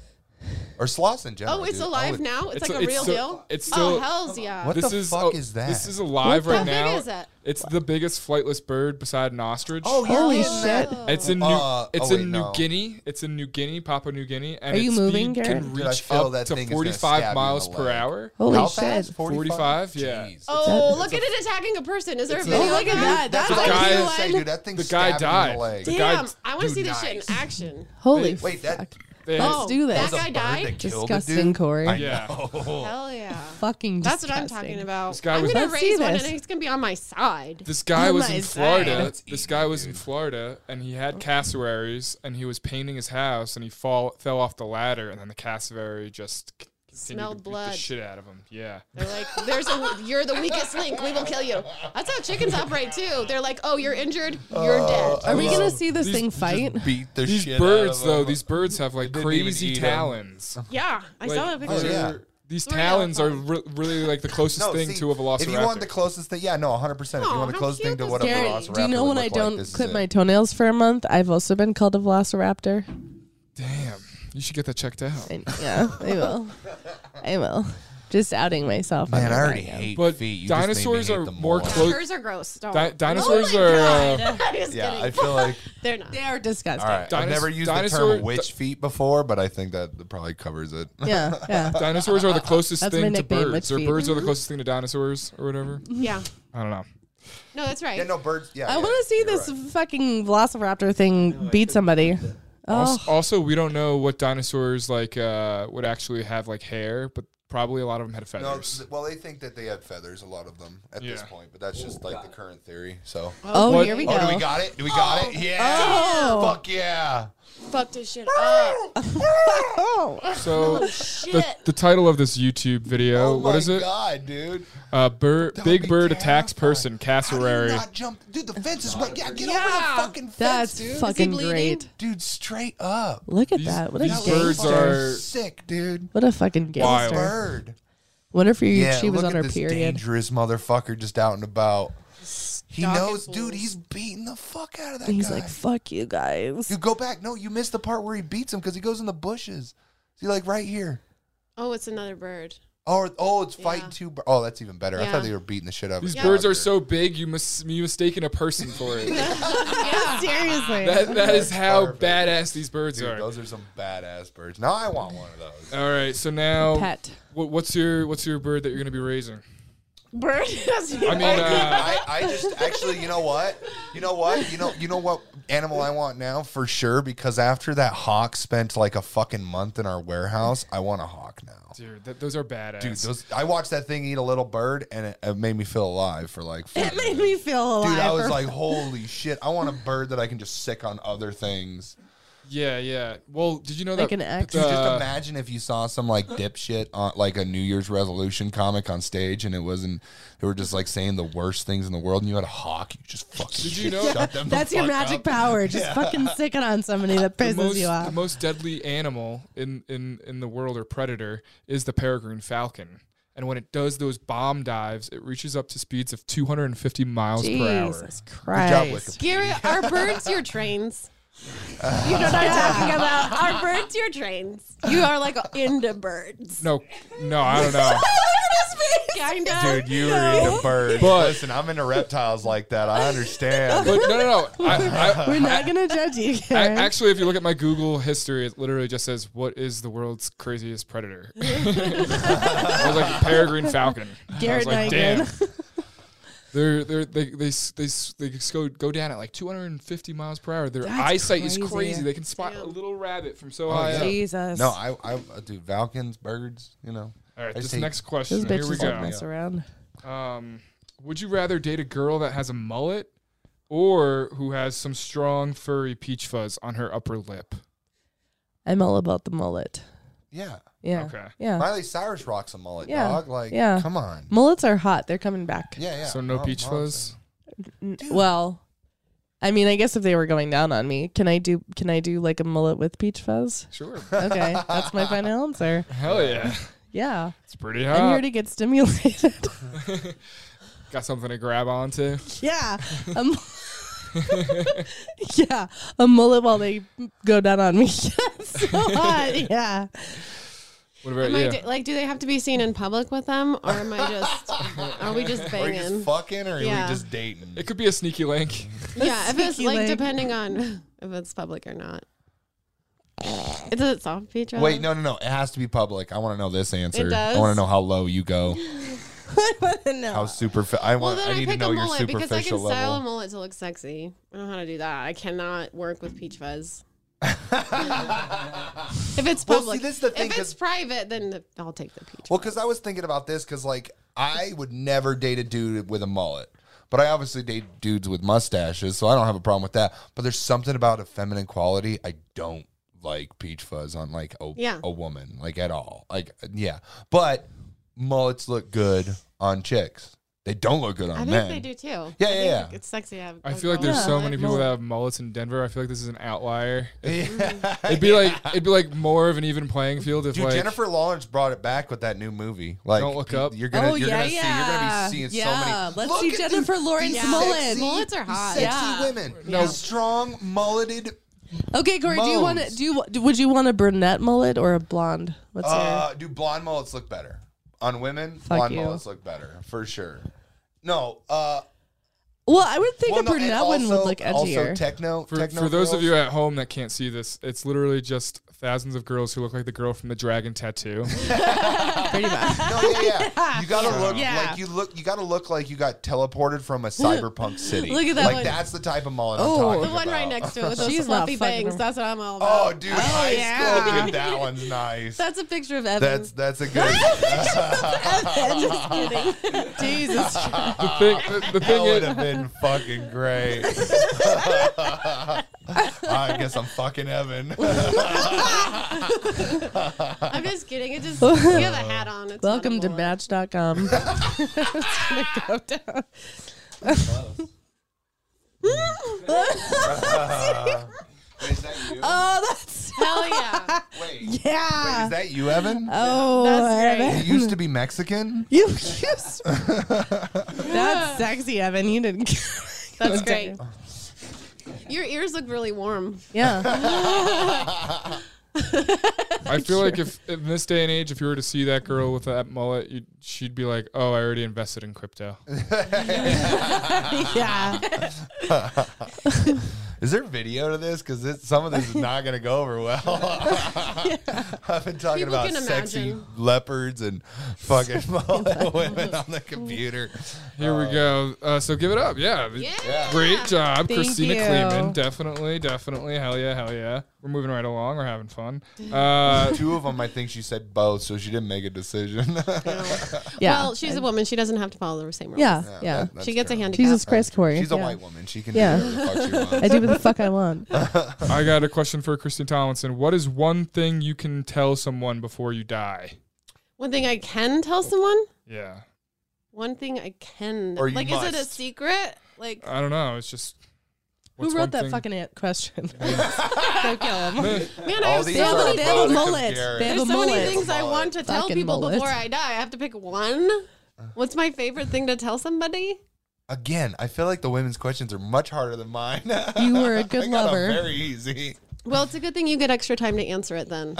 D: Or sloths in general.
E: Oh, it's
D: dude.
E: alive
D: would-
E: now. It's,
A: It's
E: like
A: a-
E: a,
A: it's
E: real
A: still-
E: deal.
A: it's
E: oh
A: still-
E: hell's yeah.
D: What
A: this
D: the
A: is
D: fuck
A: oh,
D: is that?
A: This is alive
C: What the
A: right
E: How
A: now.
E: big is it?
A: It's the biggest flightless bird beside an ostrich.
D: Oh, you're
C: Holy
D: kidding.
C: shit.
A: It's in New,
D: Uh,
A: it's
D: oh, wait,
A: in New
D: no.
A: Guinea. It's in New Guinea, Papua New Guinea, and
C: Are you
A: its
C: moving,
A: speed
C: Garrett?
A: can
D: Dude, I
A: reach
D: feel
A: up
D: that thing
A: to
D: is gonna stab you
A: 45
D: in
A: miles
D: the
A: per
D: leg.
A: hour.
C: Holy
D: How
C: shit.
D: fast? 45?
A: 45? Yeah.
D: Jeez.
E: Oh, look at it attacking a person. Is there a
D: It's
E: video?
D: a- Oh,
E: of
C: look at that.
E: That's
C: That's
D: That's what
E: like
D: I
A: guy-
E: you
D: was gonna say,
E: like-
D: dude. That thing
A: the guy
D: stabbed me
A: died.
D: in the leg.
A: The guy
E: Damn,
A: d-
E: I want to
D: dude,
E: see this shit in
D: nice.
E: action.
C: Holy
A: Wait,
D: Wait, that
A: They-
C: Let's
E: Oh,
C: do
E: that
C: this.
D: there's a
E: guy
D: bird
E: died?
D: that killed the
C: Disgusting,
D: dude?
C: Corey.
D: I
A: Yeah.
D: know.
E: Hell yeah.
C: Fucking
E: That's what I'm
C: disgusting.
E: talking about.
A: guy
E: I'm
A: was-
E: gonna
C: Let's see
E: raise one and
C: this.
E: it's gonna be on my side.
A: This guy
C: Oh
A: was
C: my
A: in
C: God.
A: Florida.
D: That's
A: this
D: evil,
A: guy was in
D: dude.
A: Florida, and he had cassowaries, and he was painting his house, and he fall fell off the ladder, and then the cassowary just c- continued
E: Smelled
A: to beat
E: blood.
A: the shit out of him. Yeah,
E: They're like, there's a, you're the weakest link. We will kill you. That's how chickens operate too. They're like, oh, you're injured, you're
D: Uh,
E: dead.
C: Are we gonna
D: Love
C: see this
A: these-
C: thing fight?
D: Beat the
A: these
D: shit
A: birds
D: out of
A: though,
D: him.
A: these birds have like
D: didn't even eat
A: crazy
D: 'em.
A: talons.
E: Yeah, I saw
A: Like,
E: that picture.
D: Oh, yeah.
A: they're- These
E: Where are they all
A: talons are
E: from?
A: re- really like the closest
D: No,
A: thing
D: see,
A: to a velociraptor.
D: If you want the closest thing, yeah, no, 100%. if you
E: Aw,
D: want the
E: how
D: closest thing
E: cute
D: to
E: is
D: what a
E: Gary?
D: velociraptor
C: Do you know
D: would
C: when I
D: look
C: don't
D: like, this is
C: clip
D: it.
C: my toenails for a month? I've also been called a velociraptor.
A: Damn, you should get that checked out.
C: And yeah, I will. I will. Just outing myself. on
D: Man, I
C: the
D: already
C: podcast.
D: hate
A: But
D: feet. You
A: dinosaurs
D: just made me
A: are
D: hate them
A: more clo-
E: Hers are gross. Don't.
A: Di- dinosaurs are. Uh,
E: Oh I'm just
D: Yeah,
E: kidding.
D: I feel like
E: They're not.
C: They are disgusting.
D: all right. I've
A: Dinos-
D: never used the
A: dinosaur-
D: term witch feet before, but I think that probably covers it.
C: Yeah, yeah.
A: Dinosaurs are the closest
C: That's my
A: thing to
C: nickname,
A: birds,
C: Witch
A: or
C: Feet.
A: birds are the closest thing to dinosaurs, or whatever.
E: Yeah.
A: I don't know.
E: No, that's right.
D: Yeah, no birds. Yeah,
C: I
D: yeah,
C: want to see
D: you're
C: this
D: right.
C: fucking velociraptor thing beat somebody. Oh,
A: Also, also, we don't know what dinosaurs like uh, would actually have like hair, but probably a lot of them had
D: No,
A: feathers.
D: th- well, they think that they had feathers, a lot of them at this
A: Yeah.
D: point, but that's just like the current theory. So, oh,
C: oh,
A: What-
C: here we
A: Oh,
C: go.
D: do we got it? Do we got it? Yeah,
C: oh,
D: fuck yeah!
E: Fuck this shit
D: Ah!
E: up.
C: oh.
A: so
E: Shit.
A: the, the title of this YouTube video,
D: oh
A: what
D: my
A: is it?
D: God, dude!
A: Uh, bird,
D: That would
A: big
D: be
A: bird attacks
D: terrifying.
A: person,
D: How do you
A: cassowary.
D: not jump, dude? The fence is what? Yeah, get over
E: Yeah.
D: the fucking fence,
C: That's
D: dude.
C: fucking
E: bleeding?
C: great.
D: dude, straight up.
C: Look at
A: These-
C: that. What a
A: these
D: That
C: gangster.
A: birds
D: looks fucking
A: are-
D: sick, dude.
C: What a fucking
A: Wild.
C: gangster.
D: Bird.
C: Wonder if you,
D: Yeah,
C: she was
D: look at
C: on her
D: this
C: period.
D: dangerous motherfucker just out and about. He
E: Stalking
D: knows, dude.
E: fools.
D: He's beating the fuck out of that
C: And he's
D: guy.
C: like, "Fuck you guys."
D: You go back. No, you missed the part where he beats him because he goes in the bushes. See, like right here.
E: Oh, it's another bird.
D: Oh, oh, it's fighting
E: Yeah.
D: two. bir- Oh, that's even better. I
E: Yeah.
D: thought they were beating the shit out of
A: These
D: his
A: birds are
D: dog.
A: so big, you mis- you mistaken a person for it.
E: Yeah.
C: Seriously.
A: that, that is how
D: Perfect.
A: badass these birds
D: Dude,
A: are.
D: those are some badass birds. Now I want one of those.
A: All right, so now
C: Pet.
A: What, what's your what's your bird that you're gonna be raising?
E: Bird doesn't.
A: I mean, uh,
D: I, I just actually, you know what? You know what? You know, you know what animal I want now for sure because after that hawk spent like a fucking month in our warehouse, I want a hawk now.
A: dude, th- those are badass.
D: Dude, those, I watched that thing eat a little bird and it, it made me feel alive for like. four
C: It made me feel alive.
D: Dude, I was
C: for-
D: like, holy shit! I want a bird that I can just sick on other things.
A: yeah, yeah. Well, did you know
C: Like
A: that?
C: an axe?
A: the-
D: Dude, just imagine if you saw some like dipshit on like a New Year's resolution comic on stage, and it wasn't. They were just like saying the worst things in the world, and you had a hawk. You just fucking
A: Did you know-
D: shut them. the
C: That's your
D: fuck
C: magic
D: up.
C: power. Just fucking sicking on somebody that
A: the
C: pisses
A: most,
C: you
A: the
C: off.
A: most deadly animal in, in, in the world or predator is the peregrine falcon. And when it does those bomb dives, it reaches up to speeds of 250 miles per hour.
C: Jesus
D: Good
C: Christ.
D: job, Wikipedia.
E: Garrett, are birds your trains? You know what I'm talking about. Are birds your trains? You are like into birds.
A: No, no, I don't know.
E: Kind of.
D: Dude, you were into birds.
A: But-
D: Listen, I'm into reptiles like that. I understand.
A: But no, no, no. I, I,
C: We're not gonna judge you,
A: I,
C: Karen.
A: actually, if you look at my Google history, it literally just says, "What is the world's craziest predator?" I was like, "Peregrine falcon." I was
C: Garrett
A: like, "Damn."
C: Nygren.
A: They're, they're, they they s- they s- they just go go down at like 250 miles per hour. Their
C: That's
A: eyesight is
C: crazy.
A: crazy. They can spot a little rabbit from so high
D: Oh, yeah.
A: up.
C: Jesus.
D: No, I, I, dude, falcons, birds, you know.
A: All right,
D: I
A: this
D: see.
A: next
C: Those
A: question. Here we
C: bitches don't
A: go.
C: mess around.
A: Um, would you rather date a girl that has a mullet or who has some strong furry peach fuzz on her upper lip?
C: I'm all about the mullet.
D: Yeah.
C: Yeah.
A: Okay.
C: Yeah.
D: Miley Cyrus rocks a mullet,
C: Yeah.
D: dog. Like,
C: Yeah.
D: come on.
C: Mullets are hot. They're coming back.
D: Yeah, yeah.
A: So no
D: Oh,
A: peach
D: mom
A: fuzz.
D: said-
C: N- Well, I mean, I guess if they were going down on me, can I do can I do like a mullet with peach fuzz?
A: Sure.
C: Okay, that's my final answer.
A: Hell yeah.
C: Yeah,
A: It's pretty
C: I'm
A: hot.
C: here to get stimulated.
A: Got something to grab onto.
C: yeah, a mu- yeah, a mullet while they go down on me. Yes, so hot. Yeah,
A: What about
E: Am
A: you?
E: I do- like, do they have to be seen in public with them, or am I just? are we just
D: Are you just
E: banging?
D: fucking or are
E: Yeah.
D: we just dating?
A: it could be a sneaky link.
E: Yeah, if it's
C: Sneaky
E: like
C: leg.
E: depending on if it's public or not. Is it soft peach? or-
D: Wait, no, no, no. It has to be public. I want to know this answer.
E: It does?
D: I want to know how low you go.
C: no.
D: How superficial. I
E: Well,
D: want.
E: then
D: I
E: I,
D: need to
E: pick
D: know
E: a
D: your
E: mullet because I can
D: superficial
E: style a
D: level.
E: mullet to look sexy. I know how to do that. I cannot work with peach fuzz. if it's
D: Well, see,
E: public,
D: this is the thing,
E: if
D: 'cause-
E: it's private, then I'll take the peach.
D: Well, because I was thinking about this because like I would never date a dude with a mullet, but I obviously date dudes with mustaches, so I don't have a problem with that. But there's something about a feminine quality I don't like peach fuzz on like a
E: Yeah.
D: a woman like at all. Like yeah, but mullets look good on chicks. They don't look good on
E: I think
D: men.
E: they do too. Yeah,
D: yeah, yeah.
E: It's sexy. to have
A: I
E: a
A: feel like
E: girl
A: there's so
E: mullet.
A: many people that have mullets in Denver. I feel like this is an outlier.
E: Mm-hmm.
A: It'd be like it'd be like more of an even playing field if
D: Dude,
A: like
D: Jennifer Lawrence brought it back with that new movie. Like,
A: Don't Look Up.
D: You're gonna,
C: Oh,
D: you're
C: yeah,
D: gonna
C: yeah.
D: see, you're gonna be seeing
C: Yeah,
D: so many.
C: let's
D: Look
C: see
D: at
C: Jennifer Lawrence
D: these
C: mullets.
D: sexy-
E: Mullets are
D: these
E: hot.
D: Sexy
C: Yeah.
D: women.
A: No.
D: These strong mulleted.
C: Okay, Corey, do you want to
D: Moles.
C: do? You, do- would you want a brunette mullet or a blonde? What's
D: Uh, do blonde mullets look better on women? blonde
C: you.
D: mullets look better for sure. No, uh,
C: your? Well, I would think
D: well,
C: a
D: no, and
C: brunette one would
D: also-
C: look
D: Also,
C: edgier.
D: techno.
A: for,
D: techno
A: for those of
D: girls.
A: you at home that can't see this, it's literally just thousands of girls who look like the girl from the Dragon Tattoo.
C: pretty much.
D: No, yeah, yeah. You gotta look
C: Yeah.
D: like you look. You gotta look like you got teleported from a cyberpunk city.
C: Look at that
D: Like
C: one.
D: that's the type of mullet
C: Oh.
D: I'm talking
E: The one right
D: about.
E: next to it with those
C: She's not
E: fluffy
C: fucking
E: bangs.
C: her.
E: That's what I'm all about.
D: Oh, dude, high school.
E: yeah.
D: Dude, that one's nice.
E: That's a picture of Evan.
D: That's that's a good.
C: Just kidding. Jesus.
A: the thing,
C: Uh,
A: the, the
D: that
A: thing
D: would
A: is,
D: have been fucking great. I guess I'm fucking Evan.
E: I'm just kidding. It just you have a hat on. It's not a
C: Welcome to
E: mullet.
C: Batch.com. it's gonna go down.
D: is that you?
C: Oh, that's
E: Hell yeah!
D: Wait,
C: yeah.
D: is that you, Evan?
C: oh,
E: That's great.
C: Evan.
D: you used to be Mexican.
C: You, you s- that's sexy, Evan. You didn't.
E: That's great. Your ears look really warm.
C: Yeah.
A: I feel like if in this day and age, if you were to see that girl with that mullet, you'd, she'd be like, "Oh, I already invested in crypto."
C: yeah.
D: Is Is there video to this? Because some of this is not going to go over well. I've been talking
E: People
D: about
E: can
D: sexy
E: imagine.
D: leopards and fucking women on the computer.
A: Here
C: Oh.
A: we go. Uh, so give it up. Yeah.
E: Yeah.
A: Great job,
C: Thank
A: Christina
C: you.
A: Kleeman. Definitely, definitely. Hell yeah, hell yeah. We're moving right along. We're having fun. Uh,
D: Two of them, I think she said both, so she didn't make a decision.
C: Yeah.
E: Well, she's a woman. She doesn't have to follow the same rules.
C: yeah. Yeah.
D: That's
E: She gets
D: true.
E: a handicap.
C: Jesus Christ, Corey.
D: She's a
C: Yeah.
D: white woman. She can
C: Yeah.
D: do whatever the fuck she
C: I
D: wants.
C: do what the fuck I want.
A: I got a question for Christine Tomlinson. What is one thing you can tell someone before you die?
E: One thing I can tell someone.
A: Yeah.
E: One thing I can.
D: Or you
E: like, is it a
D: must.
E: secret? Like,
A: I don't know. It's just. what's
C: Who
A: one
C: wrote that
A: thing-
C: fucking a- question? Go kill him.
E: man, I
D: All
E: have
D: these
C: They have,
E: so
D: are
E: many
C: a, they have
D: products
C: a
D: of Garrett.
C: mullet. They have a
E: There's so
C: mullet.
E: many things I
D: Mullet.
E: want to tell
C: Fucking
E: people
C: mullet.
E: before I die. I have to pick one. What's my favorite thing to tell somebody?
D: Again, I feel like the women's questions are much harder than mine.
C: You were a good
D: I got 'em
C: lover.
D: Very easy.
E: Well, it's a good thing you get extra time to answer it then.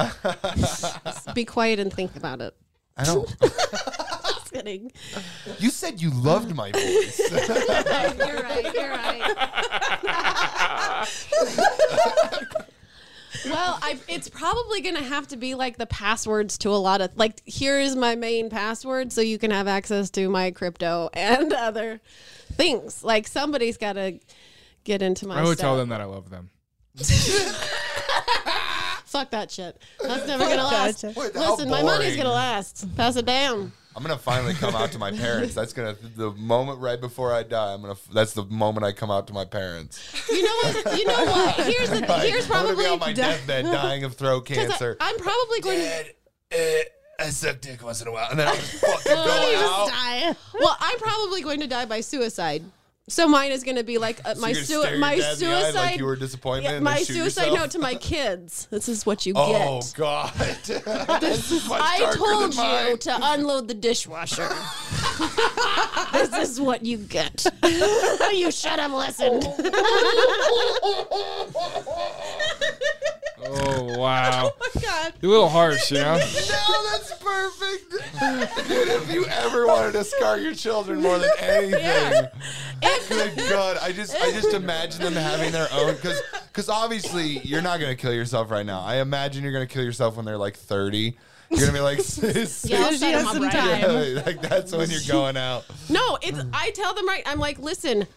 E: Just Be quiet and think about it.
D: I don't.
E: Just kidding.
D: You said you loved my voice.
E: You're right. You're right. well, I, it's probably going to have to be like the passwords to a lot of like. Here is my main password, so you can have access to my crypto and other things. Like somebody's got to get into my.
A: I would
E: stuff.
A: tell them that I love them.
E: Fuck that shit. That's never gonna
C: that
E: last.
C: shit.
D: Wait, how
E: Listen, my money's
D: boring.
E: gonna last. Pass it down.
D: I'm gonna finally come out to my parents. That's gonna the moment right before I die. I'm gonna. That's the moment I come out to my parents.
E: You know what? You know what? Here's the.
D: Like,
E: here's
D: I'm gonna
E: probably.
D: be on my
E: Di-
D: deathbed, dying of throat
E: 'cause
D: cancer.
E: I, am probably going. to...
D: Dad, eh, I suck dick once in a while, and then I just fucking go
E: You just
D: out.
E: die. Well, I'm probably going to die by suicide. So mine is going to be like uh,
D: So
E: my
D: you're gonna stare
E: sui-
D: your
E: my
D: dad in the eye
E: suicide.
D: like you were disappointed.
E: yeah,
D: and then
E: my
D: shoot
E: suicide
D: yourself?
E: note to my kids. This is what you
D: Oh
E: get.
D: God! this is much
E: I
D: darker
E: told
D: than mine.
E: you to unload the dishwasher. this is what you get. you should have listened.
A: Oh, wow.
C: God.
A: You're a little harsh, you know?
D: No, that's perfect. Dude, if you ever wanted to scar your children more than anything, good God, I just I just imagine them having their own because because obviously you're not gonna kill yourself right now. I imagine you're gonna kill yourself when they're like thirty. You're gonna be like, "Sis,
E: Yeah, I'll
C: She
E: set
C: has
E: him up
C: some
E: right.
C: time.
D: like that's when you're going out.
E: No, it's. I tell them right. I'm like, listen,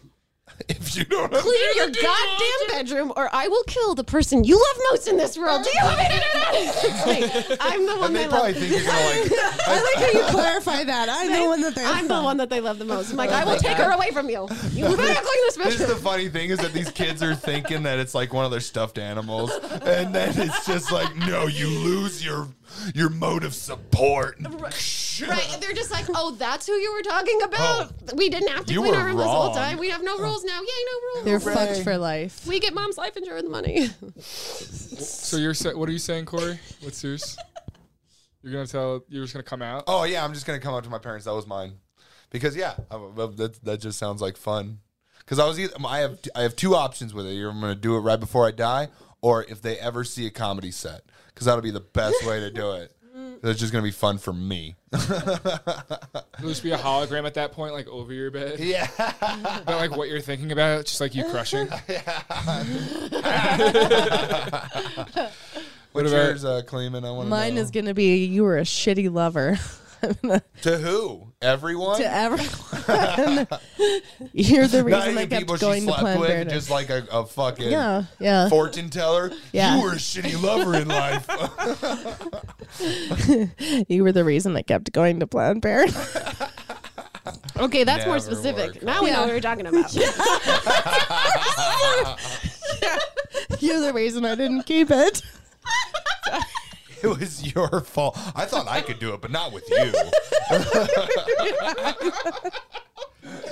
D: If you don't
E: clear your goddamn bedroom, or I will kill the person you love most in this world. Do you want me to do that? It's like, I'm the one
D: and they
E: that love.
D: probably think you're gonna like
C: I like how you clarify that. I'm the one that they're.
E: I'm the one that they love the most. I'm like, I will take her away from you. You better not clean this
D: Oh This is
E: bedroom.
D: the funny thing is that these kids are thinking that it's like one of their stuffed animals, and then it's just like, no, you lose your your mode of support.
E: Right, and they're just like, oh, that's who you were talking about. We didn't have to
D: Oh. You
E: clean
D: were
E: our room this whole
D: wrong. Oh.
E: time. We have no rules now. Yay, no
C: They're
E: rules.
C: fucked for life.
E: We get mom's life insurance money.
A: So you're sa- what are you saying, Corey? What's yours? You're gonna tell. You're just gonna come out.
D: Oh yeah, I'm just gonna come out to my parents. That was mine, because yeah, I, that that just sounds like fun. Because I was either, I have I have two options with it. Either I'm gonna do it right before I die, or if they ever see a comedy set, because that'll be the best way to do it. That's just gonna be fun for me.
A: It'll just be a hologram at that point, like over your bed.
D: Yeah.
A: But like what you're thinking about, just like you crushing.
D: What's
A: about-
D: yours, uh, Clemen? I want to
C: Mine is gonna be you were a shitty lover. I'm gonna-
D: to who? Everyone.
C: to everyone. You're the
D: Not
C: reason I
D: even people
C: kept
D: she
C: going to
D: slept
C: Planned
D: with,
C: Parenthood.
D: just like a, a fucking
C: Yeah, yeah.
D: fortune teller.
C: Yeah.
D: You were a shitty lover in life.
C: You were the reason I kept going to Planned Parenthood.
E: Okay, that's more
D: Never Oh
E: specific.
D: worked.
E: Now we know what we're talking about.
C: You're the reason I didn't keep it.
D: it was your fault. I thought I could do it, but not with you.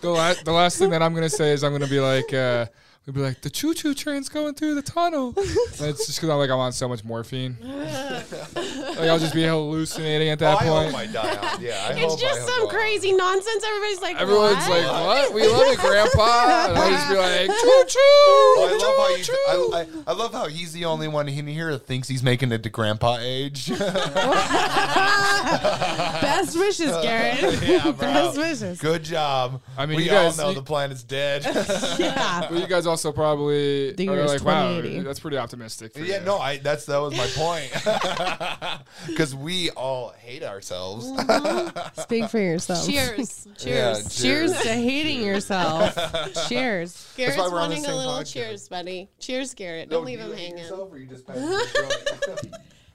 A: The last, the last thing that I'm gonna say is I'm gonna be like, uh, we'll be like the choo choo train's going through the tunnel. And it's just because I'm like I'm on so much morphine. like I'll just be hallucinating at
D: I
A: that
D: hope
A: point.
D: I die out. Yeah, I hope
E: It's
D: I
E: just
D: hope
E: some
D: I-
E: crazy nonsense. Everybody's like,
A: Everyone's
E: what?
A: like, "What? We love it, Grandpa." And I'll just be like, "Choo
D: Oh,
A: choo."
D: I love how you. I, I, I love how he's the only one in here that thinks he's making it to grandpa age.
C: Best wishes, Garrett.
D: yeah, bro.
C: Best wishes.
D: Good job.
A: I mean,
D: we
A: you guys-
D: all know
A: you-
D: the planet's dead.
C: Yeah.
A: Well, you guys also probably
C: The
A: are
C: year is
A: like, wow,
C: 2080.
A: that's pretty optimistic. For
D: Yeah,
A: you.
D: no, I that's that was my point. Because we all hate ourselves.
C: Speak for yourself.
E: Cheers. Cheers.
D: Yeah,
C: Cheers to hating yourself. Cheers.
E: Garrett's
D: why we're on the
E: wanting a
D: same
E: little
D: podcast.
E: cheers, buddy. Cheers, Garrett. Don't leave him hanging.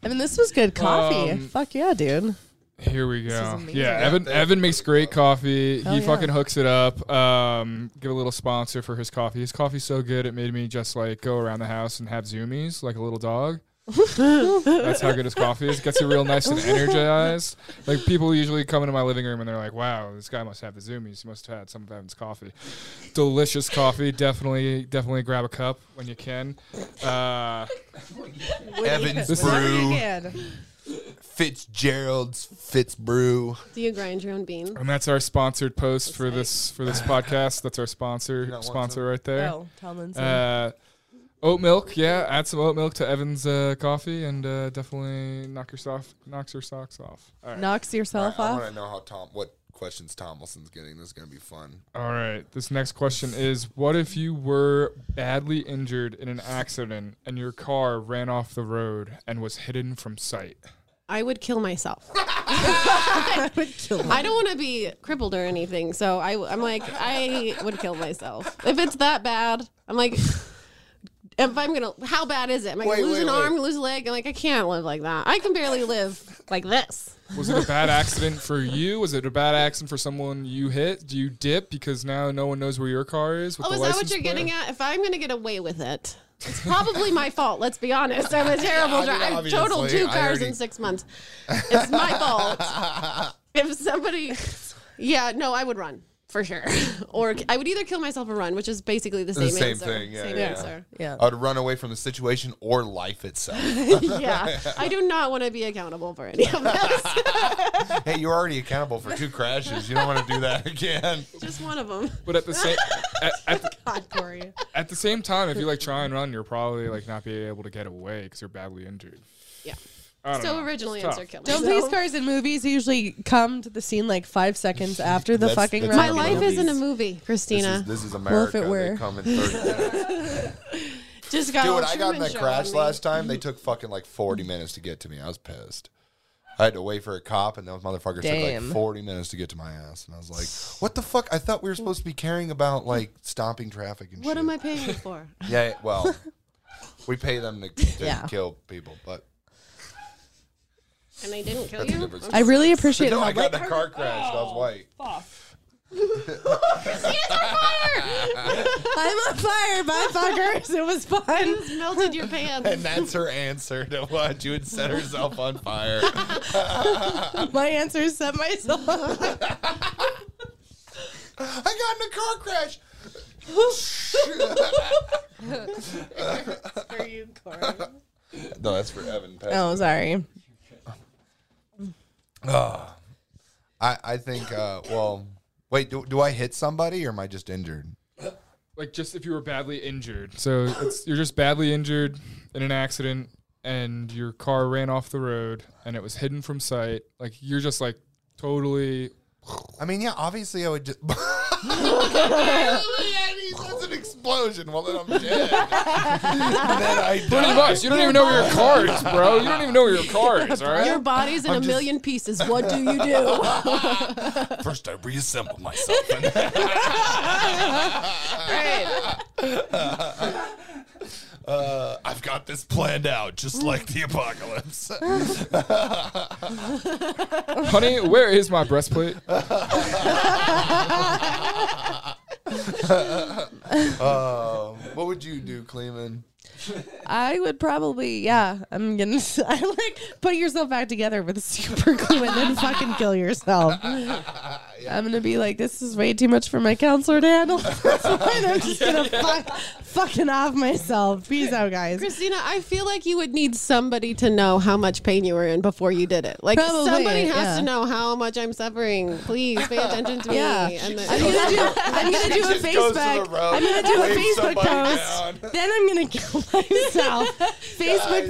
C: I mean, this was good coffee.
A: Um,
C: Fuck yeah, dude.
A: Here we
C: is
A: go.
C: amazing.
A: Yeah, Evan
D: thank
A: Evan makes great coffee.
C: Oh,
A: he
C: yeah.
A: fucking hooks it up. Um, give a little sponsor for his coffee. His coffee's so good it made me just like go around the house and have zoomies like a little dog. That's how good his coffee is. Gets you real nice and energized. Like people usually come into my living room and they're like, "Wow, this guy must have the zoomies. He must have had some of Evan's coffee. Delicious coffee. Definitely, definitely grab a cup when you can." Uh,
D: Evans
C: Whatever you
D: Brew,
C: can.
D: Fitzgerald's Fitz Brew.
E: Do you grind your own beans?
A: and that's our sponsored post for this for this podcast. That's our sponsor
D: want
A: sponsor right there.
C: Oh, Tomlinson.
A: Uh, oat milk, yeah. Add some oat milk to Evan's uh, coffee, and uh, definitely knock your soft, knocks your socks off. All right.
C: Knocks yourself
D: I
C: off.
D: want to know how Tom what questions Tomlinson's getting. This is gonna be fun.
A: All right. This next question is: What if you were badly injured in an accident and your car ran off the road and was hidden from sight?
E: I would kill myself.
C: I would kill him.
E: I don't want to be crippled or anything, so I, I'm like, I would kill myself if it's that bad. I'm like, if I'm gonna, how bad is it? Am I gonna
D: Wait,
E: lose
D: wait,
E: an
D: wait.
E: arm, lose a leg? I'm like, I can't live like that. I can barely live like this.
A: Was it a bad accident for you? Was it a bad accident for someone you hit? Do you dip because now no one knows where your car is? With
E: Oh,
A: the
E: is that what
A: license
E: you're
A: plate?
E: getting at? If I'm gonna get away with it, it's probably my fault. Let's be honest. I'm a terrible
D: I mean,
E: driver. I've totaled
D: obviously,
E: two
D: I
E: cars
D: already-
E: in six months. It's my fault. if somebody, yeah, no, I would run for sure, or I would either kill myself or run, which is basically the same,
D: The same
E: answer.
D: thing, yeah,
E: same
D: yeah.
E: answer.
C: Yeah.
D: I'd Uh, run away from the situation or life itself.
E: yeah, I do not want to be accountable for any of this.
D: hey, you're already accountable for two crashes. You don't want to do that again.
E: Just one of them.
A: But at the same at, at, the-
E: God, Corey.
A: at the same time, if you like try and run, you're probably like not be able to get away because you're badly injured.
E: Yeah.
A: I don't
E: So
A: know.
E: originally
A: It's tough.
E: answer kill
C: Don't
E: myself.
C: police cars in movies usually come to the scene like five seconds after the
D: That's-
C: fucking
D: that's
E: My
C: round.
D: not
E: life
D: movies.
E: isn't a movie,
D: This
E: Christina.
D: is, this is America.
C: were.
D: They come in third.
E: Just got
D: Dude,
E: all
D: when I got in
E: Oh, Truman
D: that
E: Show
D: crash
E: on me.
D: last time, they took fucking like 40 minutes to get to me. I was pissed. I had to wait for a cop, and those motherfuckers took
C: Damn.
D: like 40 minutes to get to my ass. And I was like, what the fuck? I thought we were supposed to be caring about like stopping traffic and
E: What
D: shit.
E: am I paying you for?
D: Yeah, well, we pay them to, to
C: Yeah.
D: kill people, but
E: And I didn't kill
D: that's a
E: you.
D: different
C: I really appreciate
E: oh
D: No,
C: how
D: I
C: like,
D: got in a car crash. I was white.
C: I'm on fire, my fuckers. It was fun.
E: Just melted your pants.
D: And that's her answer to what you would set herself on fire.
C: My answer set myself. up.
D: I got in a car crash.
E: for you, Corey.
D: No, that's for Evan. Pass
C: Oh, sorry.
D: I, I think, uh, well, wait, do, do I hit somebody or am I just injured?
A: like just if you were badly injured. So it's, you're just badly injured in an accident, and your car ran off the road, and it was hidden from sight. Like you're just like totally.
D: I mean, yeah, obviously I would just. That's an explosion. Well, then I'm dead. then I
A: Pretty
D: die.
A: much, you don't even know where your car is, bro. You don't even know where your car is, all
E: Your
A: right?
E: body's in a
D: just-
E: million pieces. What do you do?
B: First, I reassemble myself. And
D: Uh, I've got this planned out, just like the apocalypse.
A: Honey, where is my breastplate?
E: Oh
D: um, what would you do, Clemen?
C: I would probably, yeah. I'm gonna. I like put yourself back together with super glue and then fucking kill yourself. I'm gonna be like, this is way too much for my counselor to handle. That's why I'm just gonna fuck, fucking off myself. Peace out, guys.
E: Christina, I feel like you would need somebody to know how much pain you were in before you did it. Like
C: Probably,
E: somebody has
C: yeah.
E: to know how much I'm suffering. Please pay attention to me.
C: Yeah.
E: And
C: I'm
E: then,
C: gonna do. I'm gonna do a
D: just goes to the
C: Facebook.
D: road,
C: I'm gonna do a
D: waves
C: Facebook
D: somebody
C: post.
D: down.
C: Then I'm gonna kill myself. Facebook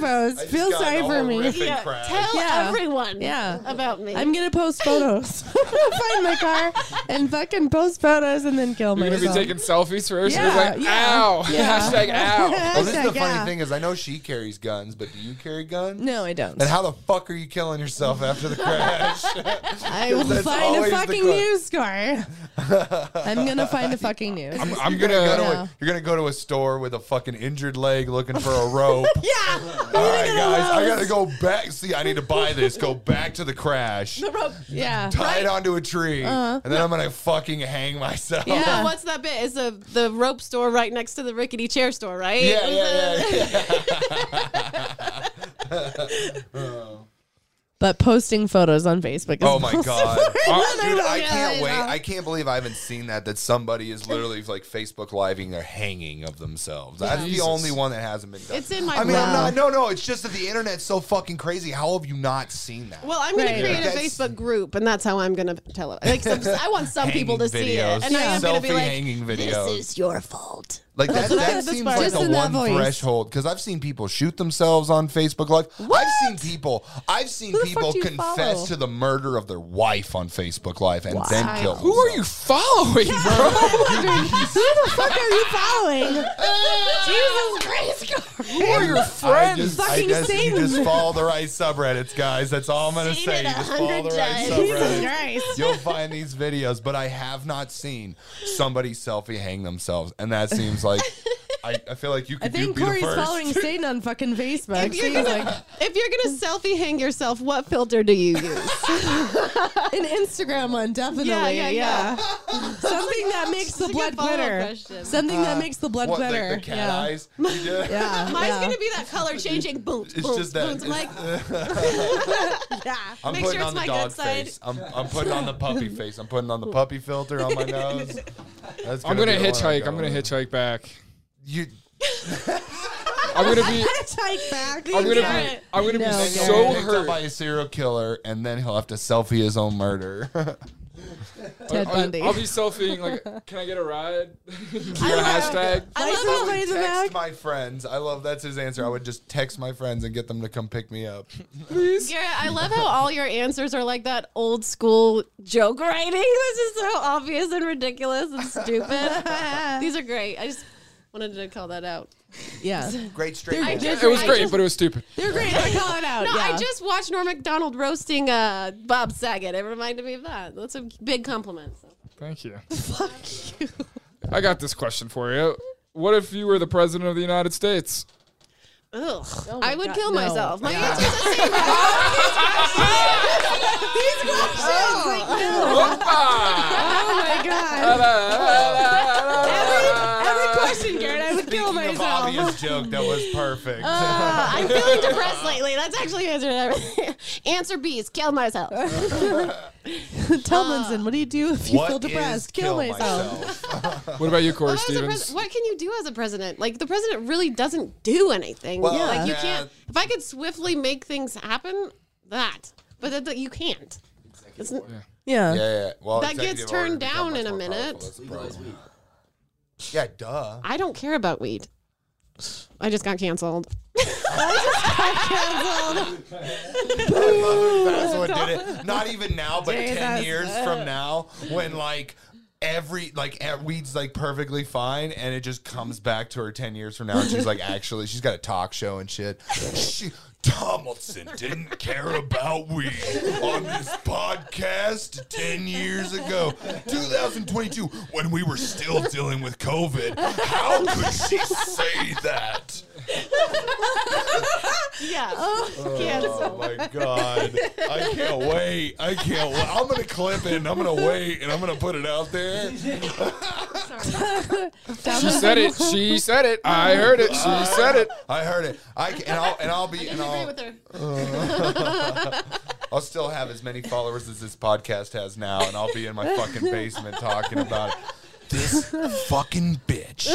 D: Guys, I
C: post.
D: just
C: Feel
D: got
C: sorry
D: in a
C: for me.
D: horrific
E: Yeah,
D: crash.
E: tell
C: Yeah.
E: everyone
C: Yeah.
E: about me.
C: I'm gonna post photos. I'm gonna find my car and fucking post photos and then kill
A: You're gonna be
C: myself.
A: taking selfies first.
C: Yeah,
A: and it's like,
C: yeah,
A: ow. Hashtag ow.
D: Well, Oh, this is the
C: Hashtag, yeah.
D: funny thing is I know she carries guns, but do you carry guns?
C: No, I don't.
D: And how the fuck are you killing yourself after the crash?
C: I will
D: That's
C: find a
D: always the
C: fucking
D: clue.
C: news story. I'm gonna find a fucking news.
A: I'm, I'm
D: You're gonna, go
A: gonna.
D: to
C: No.
D: a, you're gonna go to a store with a fucking injured leg looking for a rope.
C: yeah,
D: All right, guys, I gotta go back. See, I need to buy this. Go back to the crash.
C: yeah.
D: Tie it onto a tree, and then I'm gonna fucking hang myself.
C: Uh-huh. Yeah.
E: No, what's that bit? Is the the rope store right next to the rickety chair store, right?
D: Yeah, yeah, yeah, yeah.
C: But posting photos on Facebook. Is
D: Oh my god,
A: Oh,
D: dude! I
C: Yeah,
D: can't
C: I
D: wait.
C: know.
D: I can't believe I haven't seen that. That somebody is literally like Facebook living their hanging of themselves. That's the
A: Jesus.
D: only one that hasn't been done.
E: It's in my
D: I mean,
E: wow.
D: I'm not. No, no. It's just that the internet's so fucking crazy. How have you not seen that?
E: Well, I'm going
C: Right.
E: to create
D: Yeah.
E: a
D: That's-
E: Facebook group, and that's how I'm going to tell it. Like, some, I want some people to see it, and I am going to
D: selfie
E: be like,
D: hanging videos.
E: "It's your fault."
D: Like that,
E: what I-
D: that
E: that's
D: seems
E: fine.
D: like
C: Just
D: the
C: in
D: one
C: that voice.
D: threshold because I've seen people shoot themselves on Facebook Live. I've seen people, I've seen
C: Who the fuck
D: people
C: do you
D: confess
C: follow?
D: to the murder of their wife on Facebook Live and then kill.
A: who are you following, bro?
C: Who the fuck are you following?
E: Jesus Christ,
A: Who are your
D: I
A: friends?
D: just, I
C: Fucking
D: just, you
C: Satan.
D: just follow the right subreddits, guys. That's all I'm gonna
E: Seen
D: say.
E: it
D: You
E: a
D: just follow the
E: hundred
D: right
E: times.
C: Jesus
D: subreddits.
C: Christ.
D: You'll find these videos, but I have not seen somebody selfie hang themselves, and that seems like I, I feel like you
C: I
D: could
C: think
D: be the
C: Corey's
D: first.
C: following Satan on fucking Facebook.
E: If you're
C: She's like
E: gonna, if you're gonna selfie hang yourself, what filter do you use?
C: an Instagram one, definitely.
E: Yeah, yeah, yeah.
C: Something that makes the
E: a
C: blood
E: good follow-up
C: glitter.
E: question.
C: Something that makes the blood
D: Uh, what the,
C: glitter.
D: the cat
C: yeah.
D: eyes? You did?
C: Yeah,
E: Mine's
C: yeah.
E: gonna be that color changing. Boom,
D: It's
E: boom,
D: just that.
E: boom. I'm like,
D: I'm
E: Make
D: putting
E: sure it's
D: on the
E: my
D: dog
E: good side.
D: face. I'm, I'm putting on the puppy face. I'm putting on the puppy filter on my nose. That's
A: I'm gonna
D: be the one I
A: hitchhike.
D: go
A: I'm gonna
D: with.
A: hitchhike back.
D: You,
A: I'm gonna be.
C: Take back.
A: I'm gonna be.
E: Garrett.
A: I'm gonna
C: No,
A: be
C: Garrett.
A: so
D: picked up by
A: hurt.
D: a serial killer, and then he'll have to selfie his own murder.
C: Ted
A: I'll, I'll
C: Bundy.
A: be selfieing. Like, can I get a ride? Do a
E: I
A: hashtag.
E: I love how
C: License
D: text
C: plate back.
D: my friends. I love that's his answer. I would just text my friends and get them to come pick me up.
E: Garrett, I love how all your answers are like that old school joke writing. This is so obvious and ridiculous and stupid. These are great. I just wanted to call that out.
C: Yeah,
D: Great straight.
C: I
D: man.
C: just-
A: It was
E: I
A: great,
E: just-
A: but it was stupid.
C: they're great. I call it out.
E: No,
C: yeah.
E: I just watched Norm Macdonald roasting uh, Bob Saget. It reminded me of that. That's a big compliment. So.
A: Thank you. Fuck you. I got this question for you. What if you were the president of the United States?
E: Ugh. I would
C: Oh God,
E: kill
C: no.
E: myself. My answer's the same.
C: Oh my god. Every question, Garrett, I would kill
D: Speaking of
C: myself.
D: obvious joke that was perfect.
E: Uh, I'm feeling depressed lately. That's actually answer everything. Answer B is kill myself.
C: Tell Linson, what do you do if you
D: What
C: feel
D: is
C: depressed?
D: kill myself?
A: What about you, Corey
E: Well, as a pres-
A: Stevens?
E: what can you do as a president? Like the president really doesn't do anything.
D: Well,
E: yeah. Like you
D: yeah.
E: can't. If I could swiftly make things happen, that. But that, that you can't. It's n-
C: Yeah.
D: Yeah, yeah. Well,
E: That
D: executive
E: gets
D: order
E: turned
D: becomes
E: down
D: much
E: in a
D: more powerful.
E: minute.
D: That's the problem. Yeah, duh.
E: I don't care about weed. I just got canceled.
D: That's what did it. Not even now, but ten
C: Jesus.
D: years from now, when like every like e- weed's like perfectly fine, and it just comes back to her ten years from now, and she's like, actually, she's got a talk show and shit. She, Tomlinson didn't care about weed on this podcast ten years ago, 2022, when we were still dealing with COVID. How could she say that?
E: Yeah. Canceled.
D: Oh my god! I can't wait! I can't wait! I'm gonna clip it and I'm gonna wait and I'm gonna put it out there.
A: She said it. She said it. I heard it. She said it.
D: I heard it. I can, and I'll and I'll be and
E: Agree
D: I'll,
E: with her.
D: I'll still have as many followers as this podcast has now, and I'll be in my fucking basement talking about it. This fucking bitch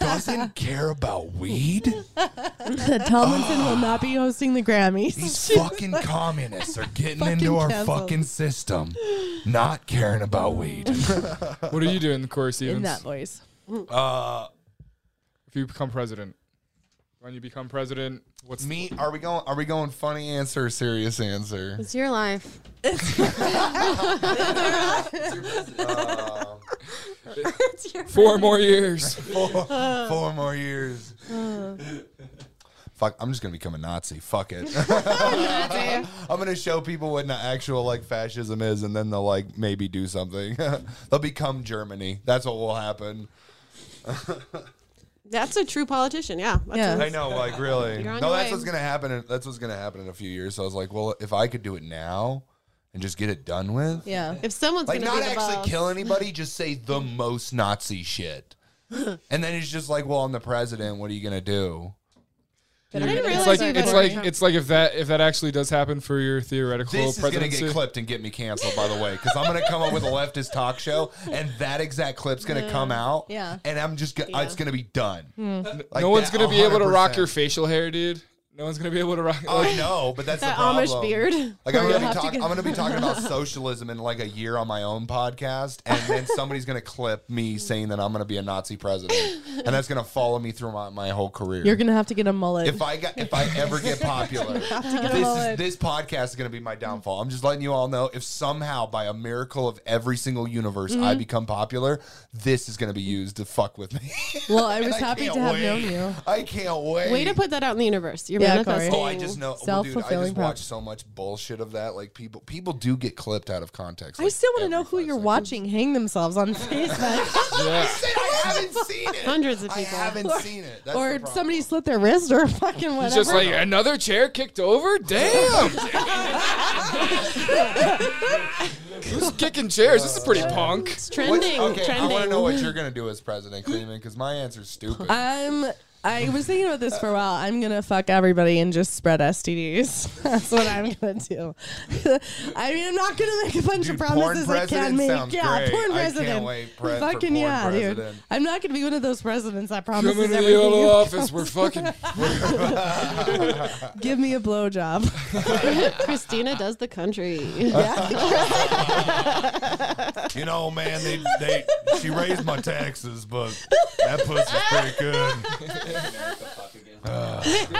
D: doesn't care about weed.
C: That Tomlinson will not be hosting the Grammys.
D: These fucking communists are getting into our
C: canceled.
D: fucking system, not caring about weed.
A: What are you doing, Corey
C: In
A: Stevens?
C: that voice.
D: Uh,
A: if you become president, when you become president, what's
D: Me? Are we going? Are we going? Funny answer, or serious answer?
E: It's your life. It's your
A: Four more years.
D: Four, four more years. Fuck, I'm just gonna become a Nazi. Fuck it. I'm gonna show people what an actual like fascism is, and then they'll like maybe do something. they'll become Germany. That's what will happen.
E: That's a true politician. Yeah. That's
C: Yeah.
E: a-
D: I know, like really.
E: You're on
D: No,
E: your
D: that's
E: way.
D: what's gonna happen. In, that's what's gonna happen in a few years. So I was like, well, if I could do it now and just get it done with,
C: Yeah.
E: if someone's
D: like
E: gonna
D: not
E: be the
D: actually
E: boss.
D: kill anybody, just say the most Nazi shit. and then it's just like, well, I'm the president. What are you gonna do?
C: Better
E: I didn't
C: than
E: realize
A: It's
C: Hillary
A: like
E: you
C: Clinton.
A: it's
E: voted
A: like
E: for Trump.
A: it's like if that if that actually does happen for your theoretical
D: This is gonna
A: presidency.
D: get clipped and get me canceled, by the way, because I'm gonna come up with a leftist talk show, and that exact clip's gonna come out.
C: Yeah.
D: and I'm just gonna, it's
E: Yeah. Hmm.
D: gonna be done. Like
A: no one's
D: that,
A: gonna be able to rock
D: 100%.
A: your facial hair, dude. No one's gonna be able to rock.
D: I know, but that's the
E: that
D: problem.
E: Amish beard.
D: Like I'm
E: You'll
D: gonna, be
E: have to
D: talk-
E: get-
D: I'm gonna be talking about socialism in like a year on my own podcast, and then somebody's gonna clip me saying that I'm gonna be a Nazi president, and that's gonna follow me through my, my whole career.
C: You're gonna have to get a mullet.
D: if I got if I ever get popular, this is, this podcast is gonna be my downfall. I'm just letting you all know. If somehow by a miracle of every single universe I
C: Mm-hmm.
D: become popular, this is gonna be used to fuck with me.
C: well, I was
D: I
C: happy
D: can't
C: to have
D: wait.
C: known you.
D: I can't wait.
E: Way to put that out in the universe. You're
C: Yeah, Corey.
E: manifesting.
D: Oh, I just know, well, dude. I
C: Self-fulfilling
D: just watch
C: prophecy.
D: so much bullshit of that. Like people, people do get clipped out of context.
C: I
D: like,
C: still want to know
D: every
C: who
D: five
C: you're
D: seconds.
C: watching hang themselves on Facebook,
A: Yeah.
D: said I haven't seen it.
E: Hundreds of people.
D: I haven't seen it. That's the
C: or
D: problem.
C: somebody slit their wrist, or fucking whatever.
A: It's just like another chair kicked over. Damn. Who's kicking chairs? This is pretty punk.
E: It's
D: What's-
E: trending.
D: okay, I
E: trending.
D: want to know what you're gonna do as president, Cleveland, because my answer's stupid.
C: I'm. I was thinking about this for a while. I'm gonna fuck everybody and just spread STDs. That's what I'm gonna do. I mean, I'm not gonna make a bunch
D: Dude,
C: of
D: porn
C: promises I
D: president
C: can't make.
D: sounds
C: yeah,
D: great.
C: porn
D: I can't
C: president.
D: wait pre- for
C: Fucking
D: porn
C: yeah, dude.
D: president.
C: I'm not gonna be one of those presidents that
A: Come
C: promises
A: into the
C: everything.
A: Oval
C: you-
A: Office. We're fucking.
C: Give me a blowjob.
E: Christina does the country.
D: Uh.
B: You know, man, they, they she raised my taxes, but that pussy's pretty good.
D: Dude,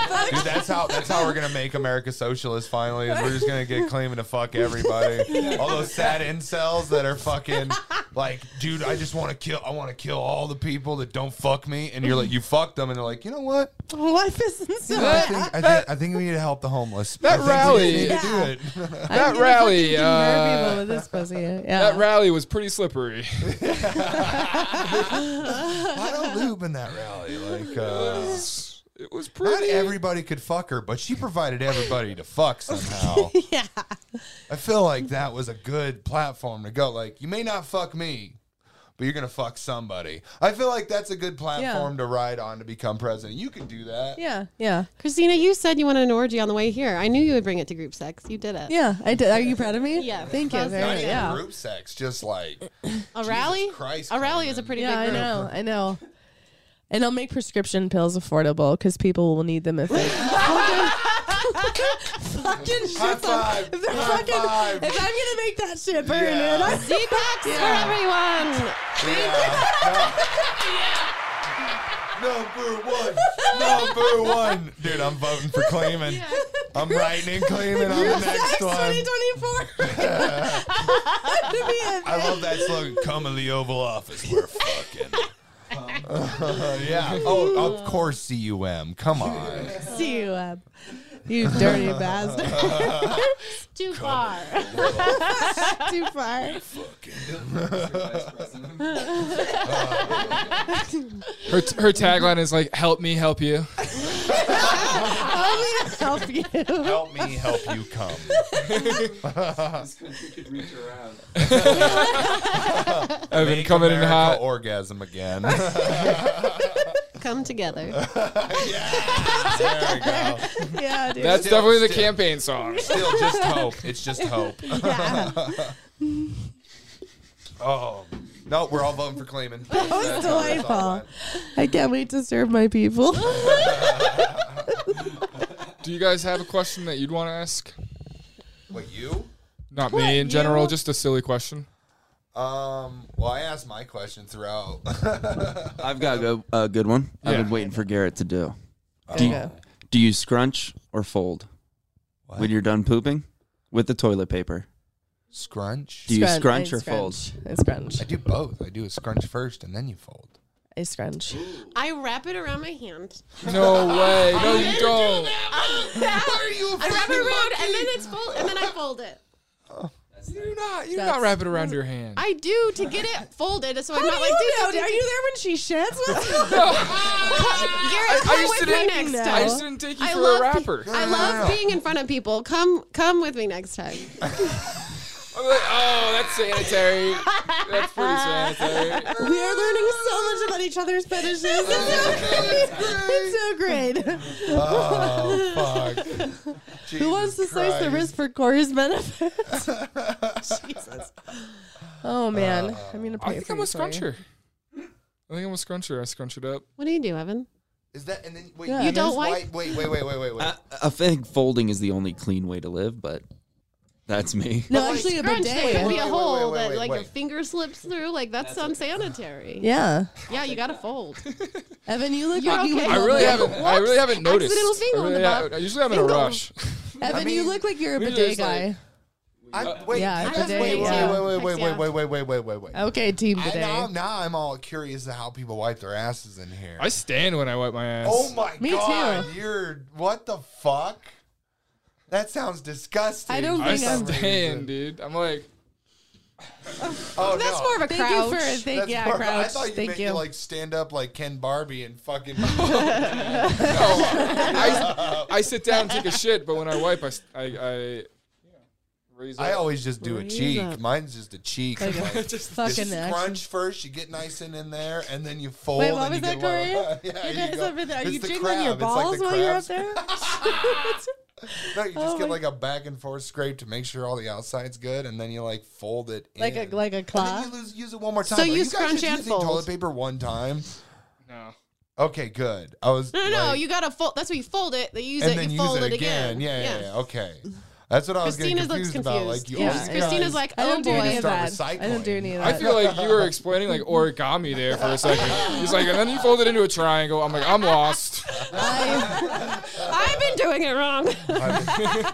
D: that's how that's how we're gonna make America socialist. Finally, is we're just gonna get Cleveland to fuck everybody. All those sad incels that are fucking like, dude, I just want to kill. I want to kill all the people that don't fuck me. And you're like, you fuck them, and they're like, you know what?
C: Life isn't so
D: I
C: bad.
D: think I think, I think we need to help the homeless.
A: That
D: I think we
A: rally-
D: need to do
C: Yeah.
D: it.
C: I'm gonna
A: rally,
C: fucking demur
A: uh,
C: people with this pussy. Yeah.
A: That rally was pretty slippery.
D: Why don't lube in that rally? Like, uh,
A: It was
D: not
A: pretty.
D: everybody could fuck her, but she provided everybody to fuck somehow.
C: yeah.
D: I feel like that was a good platform to go. Like, you may not fuck me, but you're gonna fuck somebody. I feel like that's a good platform to ride on to become president. You could do that.
C: Yeah. Yeah.
E: Christina, you said you wanted an orgy on the way here. I knew you would bring it to group sex. You did it.
C: Yeah. I did. Are you proud of me?
E: Yeah.
C: Thank you.
E: Not
C: Very,
D: Not even
C: yeah.
D: group sex, just like
E: A rally?
D: Christ,
E: a rally is a pretty
C: Yeah, I
E: big group.
C: know, I know. And I'll make prescription pills affordable because people will need them if they fucking
D: high
C: shit.
D: five.
C: If they're
D: high
C: fucking,
D: five.
C: if I'm gonna make that shit burn,
D: Yeah.
C: man, I'm
E: Z-packs for everyone.
D: Number one, number one, dude. I'm voting for Clayman. I'm writing in Clayman on the next one.
C: 2024. I'm gonna be a-
D: I love that slogan. Come in the Oval Office. We're fucking. yeah. Oh, of course, cum. Come on.
C: see you, Ab. You dirty bastard.
E: Too far.
C: Too far.
A: Her, her tagline is like, "Help me, help you."
C: I'm gonna help you.
D: Help me help you come.
A: Evan coming in
D: America
A: hot.
D: Orgasm again.
E: Come together.
D: there we go.
C: Yeah, dude.
A: That's
D: Still,
A: definitely the
D: still.
A: campaign song.
D: Still, just hope. It's just hope.
C: yeah.
D: Oh. No, we're all voting for Clayman.
C: That was delightful. I can't wait to serve my people.
A: Do you guys have a question that you'd want to ask?
D: What you?
A: Not me in general. Just a silly question.
D: Um. Well, I asked my question throughout.
F: I've got a good, a good one. I've
A: Yeah.
F: been waiting for Garrett to do. Do you, do you scrunch or fold when you're done pooping with the toilet paper?
D: Scrunch.
F: Do you
C: Scrunch-
F: scrunch
C: I
F: or fold?
C: I scrunch.
D: I do both. I do a scrunch first and then you fold.
C: I scrunch.
E: I wrap it around my hand.
A: No way. No, you don't.
D: Are you
E: I wrap it around and then it's fold and then I fold it.
A: You're not. You're not
C: That's-
A: wrap it around your hand.
E: I do to get it folded so I'm
C: How
E: not
C: do
E: like
C: you
E: do,
C: know?
E: do, do,
C: Are
E: do.
C: you there when she sheds? What's-
E: Garrett,
A: I
E: come
A: used to
E: with me
A: date-
E: next
C: No.
E: time.
A: I just didn't take you
E: I
A: for
E: love
A: a rapper.
E: I
D: no,
E: love
D: no, no.
E: being in front of people. Come come with me next time.
A: I'm like, oh, that's sanitary. That's pretty sanitary.
C: we are learning so much about each other's fetishes. It's so great. It's so great.
D: Oh, fuck.
C: Who wants to slice the wrist for Corey's benefit? Jesus. Oh man, I'm gonna pray
A: I think
C: for
A: I'm a
C: you, Corey.
A: scruncher. I think I'm a scruncher. I scrunch it up.
E: What do you do, Evan?
D: Is that and then wait?
C: Yeah,
E: You don't wipe?
D: Wait, wait, wait, wait, wait, wait.
F: I, I think folding is the only clean way to live, but that's me.
C: No,
D: like,
C: actually, a
E: Crunch, there could
C: bidet.
E: be
D: Wait,
E: a
D: wait, wait,
E: hole
D: wait,
E: that
D: wait,
E: like a
D: wait.
E: finger slips through. Like that's unsanitary. Yeah,
C: Yeah,
E: you gotta fold.
C: Evan, you look
E: You're
C: like you
E: okay.
C: would.
A: I
C: love
A: really
C: it.
A: haven't. I really haven't noticed.
E: Accidental
A: I,
E: finger on
A: really
E: the
A: ha-
E: butt.
A: I usually have in a
E: Finger.
A: rush.
C: Evan, you
D: mean,
C: look like you're a
A: we were
C: bidet
A: just like-
C: guy.
D: I, wait,
C: yeah, Oh,
D: you
C: I
D: guys-
C: did,
D: wait,
E: yeah.
D: wait, wait, wait, wait,
E: Texted
D: wait, wait, wait, wait, wait, wait.
C: okay, team
D: I, now,
C: bidet.
D: now I'm all curious to how people wipe their asses in here.
A: I stand when I wipe my ass.
D: oh my
C: Me
D: god,
C: too.
D: you're what the fuck? That sounds disgusting.
C: I don't
D: for
A: I
C: think I'm-
D: some reason.
A: stand, dude. I'm like,
D: Oh,
E: That's
D: no.
E: more of a
C: Thank
E: crouch.
C: you for thank
D: That's
C: yeah,
D: more-
C: crouch.
D: I thought you
C: thank
D: meant
C: you.
D: to like stand up like Ken Barbie and fucking.
A: I, I sit down and take a shit, but when I wipe, I, s- I, I raise
D: I
A: up.
D: always just do a
E: Raise
D: cheek.
E: up.
D: Mine's just a cheek.
C: Like a
D: Like,
C: fucking
D: Just
C: action.
D: crunch first. You get nice and in there, and then you fold.
C: Wait, what
D: and
C: was
D: you
C: that,
D: get a little-
C: Corey?
D: yeah,
C: you
D: you
C: guys
D: go.
C: up in there? Are
D: It's
C: you
D: the
C: jiggling your
D: crab. It's like
C: balls
D: the
C: while you're up
D: crabs.
C: there?
D: No, you just
C: Oh
D: get
C: my-
D: like a back and forth scrape to make sure all the outside's good, and then you like fold it
C: like
D: in.
C: a like a
D: And then
C: claw.
D: you lose, use it one more time.
E: So
D: Are
E: you
D: guys
E: scrunch
D: just
E: and
D: using
E: fold.
D: toilet paper one time.
A: No.
D: Okay, good. I was
E: No, no, no,
D: like-
E: you gotta fold. That's where you fold it. They use
D: and
E: it.
D: then
E: you
D: use
E: fold
D: it again. Yeah, yeah, yeah. Okay, that's what I was getting
E: Christina's looks
D: confused about. Like
E: confused.
D: you
C: Yeah.
D: always
E: Christina's
D: guys-
E: like,
C: I
E: oh
C: don't do any
E: boy.
C: of
D: Start
C: that. I don't do
D: recycling.
C: any of
A: I
C: that.
A: feel like you were explaining like origami there for a second. He's like, and then you fold it into a triangle. I'm like, I'm lost.
E: I've been doing it wrong.
A: I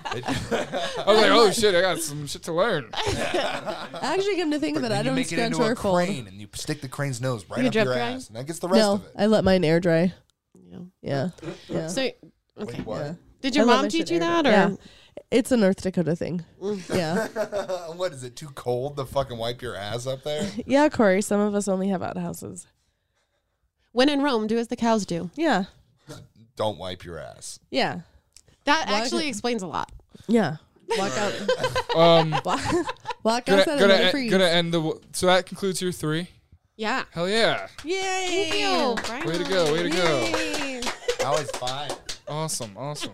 A: was like, oh shit, I got some shit to learn.
C: Actually, come to think of it,
D: Then
C: I
D: you
C: don't
D: make it
C: scrunch
D: into a
C: or fold.
D: crane, and you stick the crane's nose right
E: You
D: up
E: drip
D: your
E: dry?
D: ass, and that gets the rest
C: No,
D: of it.
C: I let mine air dry.
E: Yeah.
C: Yeah, yeah.
E: So, okay.
D: What?
E: Did your
C: I let my
E: mom teach you
C: shit air dry.
E: that, or
C: Yeah. It's a North Dakota thing. Yeah,
D: what is it? Too cold to fucking wipe your ass up there?
C: yeah, Corey. Some of us only have outhouses.
E: when in Rome, do as the cows do?
C: Yeah,
D: Don't wipe your ass.
C: yeah,
E: That
C: Why-
E: actually explains a lot.
C: yeah. Walk out.
A: Um,
C: Walk
A: gonna, e,
C: outside
A: gonna,
C: and let it
A: en-
C: freeze.
A: gonna end the. W- so that concludes your three.
E: Yeah.
A: Hell yeah!
C: Yay!
E: Thank you,
A: Way to go! Way to go!
C: Yay.
D: I was fine.
A: Awesome! Awesome.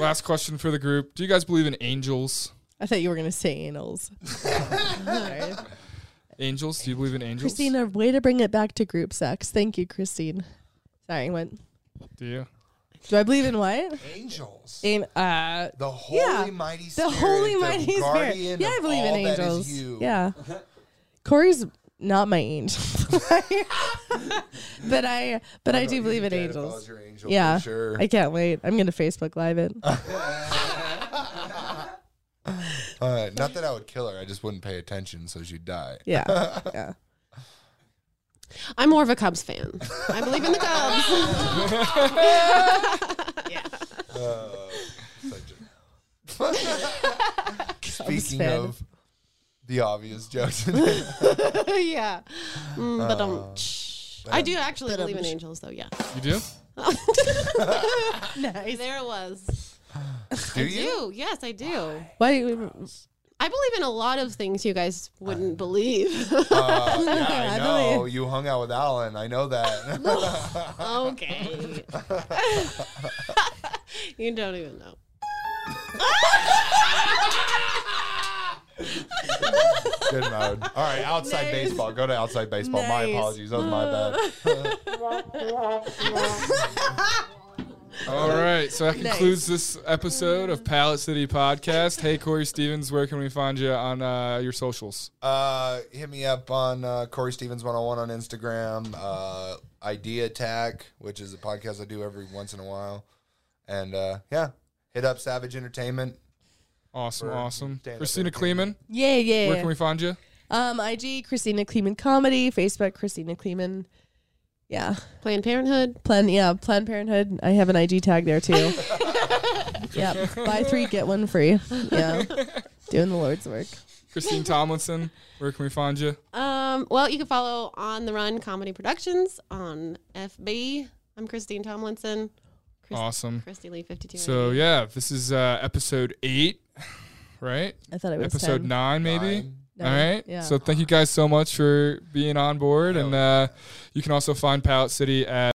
A: Last question for the group: Do you guys believe in angels?
C: I thought you were gonna say anals. Sorry.
A: Angels? Do you believe in angels?
C: Christina, way to bring it back to group sex. Thank you, Christine. Sorry, what?
A: Do you?
C: Do I believe in what?
D: Angels.
C: In uh,
D: The holy
C: Yeah.
D: mighty
C: the
D: spirit.
C: holy mighty spirit.
D: guardian
C: Yeah, I
D: of
C: believe in
D: all that is
C: angels.
D: you.
C: Yeah, Corey's not my angel, but I but I, do believe in
D: Identify as
C: angels.
D: your angel
C: Yeah,
D: for sure.
C: I can't wait. I'm gonna Facebook live it.
D: Uh, not that I would kill her. I just wouldn't pay attention, so she'd die.
C: Yeah, yeah.
E: I'm more of a Cubs fan. I believe in the Cubs.
D: Such a- Speaking
C: fan.
D: of the obvious jokes,
E: yeah. Mm, but um, I do actually believe in angels, though. Yeah.
A: You do?
C: Nice.
E: There it was.
D: do
E: I
D: you?
E: do. Yes, I do.
C: Why? do
E: I believe in a lot of things you guys wouldn't believe.
D: Uh, yeah, I
C: I
D: know.
C: believe-
D: You hung out with Alan. I know that.
E: okay. you don't even know.
D: Good mode. All right, outside baseball. Go to outside baseball. My
C: Nice.
D: apologies. That was my bad.
A: All right. So that concludes this episode of Palette City Podcast. Hey, Corey Stevens, where can we find you on uh, your socials?
D: Uh, hit me up on uh, Corey Stevens 101 on Instagram. Uh, Idea Attack, which is a podcast I do every once in a while. And uh, yeah, hit up Savage Entertainment.
A: Awesome,
D: for
A: awesome.
D: stand-up
A: Christina Kleeman,
D: entertainment.
C: Yeah, yeah.
A: where can we find you?
C: um, IG Christina Kleeman comedy, Facebook Christina Kleeman. Yeah,
E: Planned Parenthood.
C: Plan. Yeah, Planned Parenthood. I have an IG tag there too. yep, buy three get one free. Yeah, doing the Lord's work.
A: Christine Tomlinson, where can we find you?
E: Um, well, you can follow On the Run Comedy Productions on FB. I'm Christine Tomlinson. Chris-
A: Awesome.
E: Christy Lee 52.
A: So yeah, this is uh, episode eight, right?
C: I thought it was
A: Episode
C: 10.
A: nine, maybe.
D: Nine.
A: All
C: Nine,
A: right.
C: yeah.
A: So thank you guys so much for being on board, and uh, you can also find Palette City at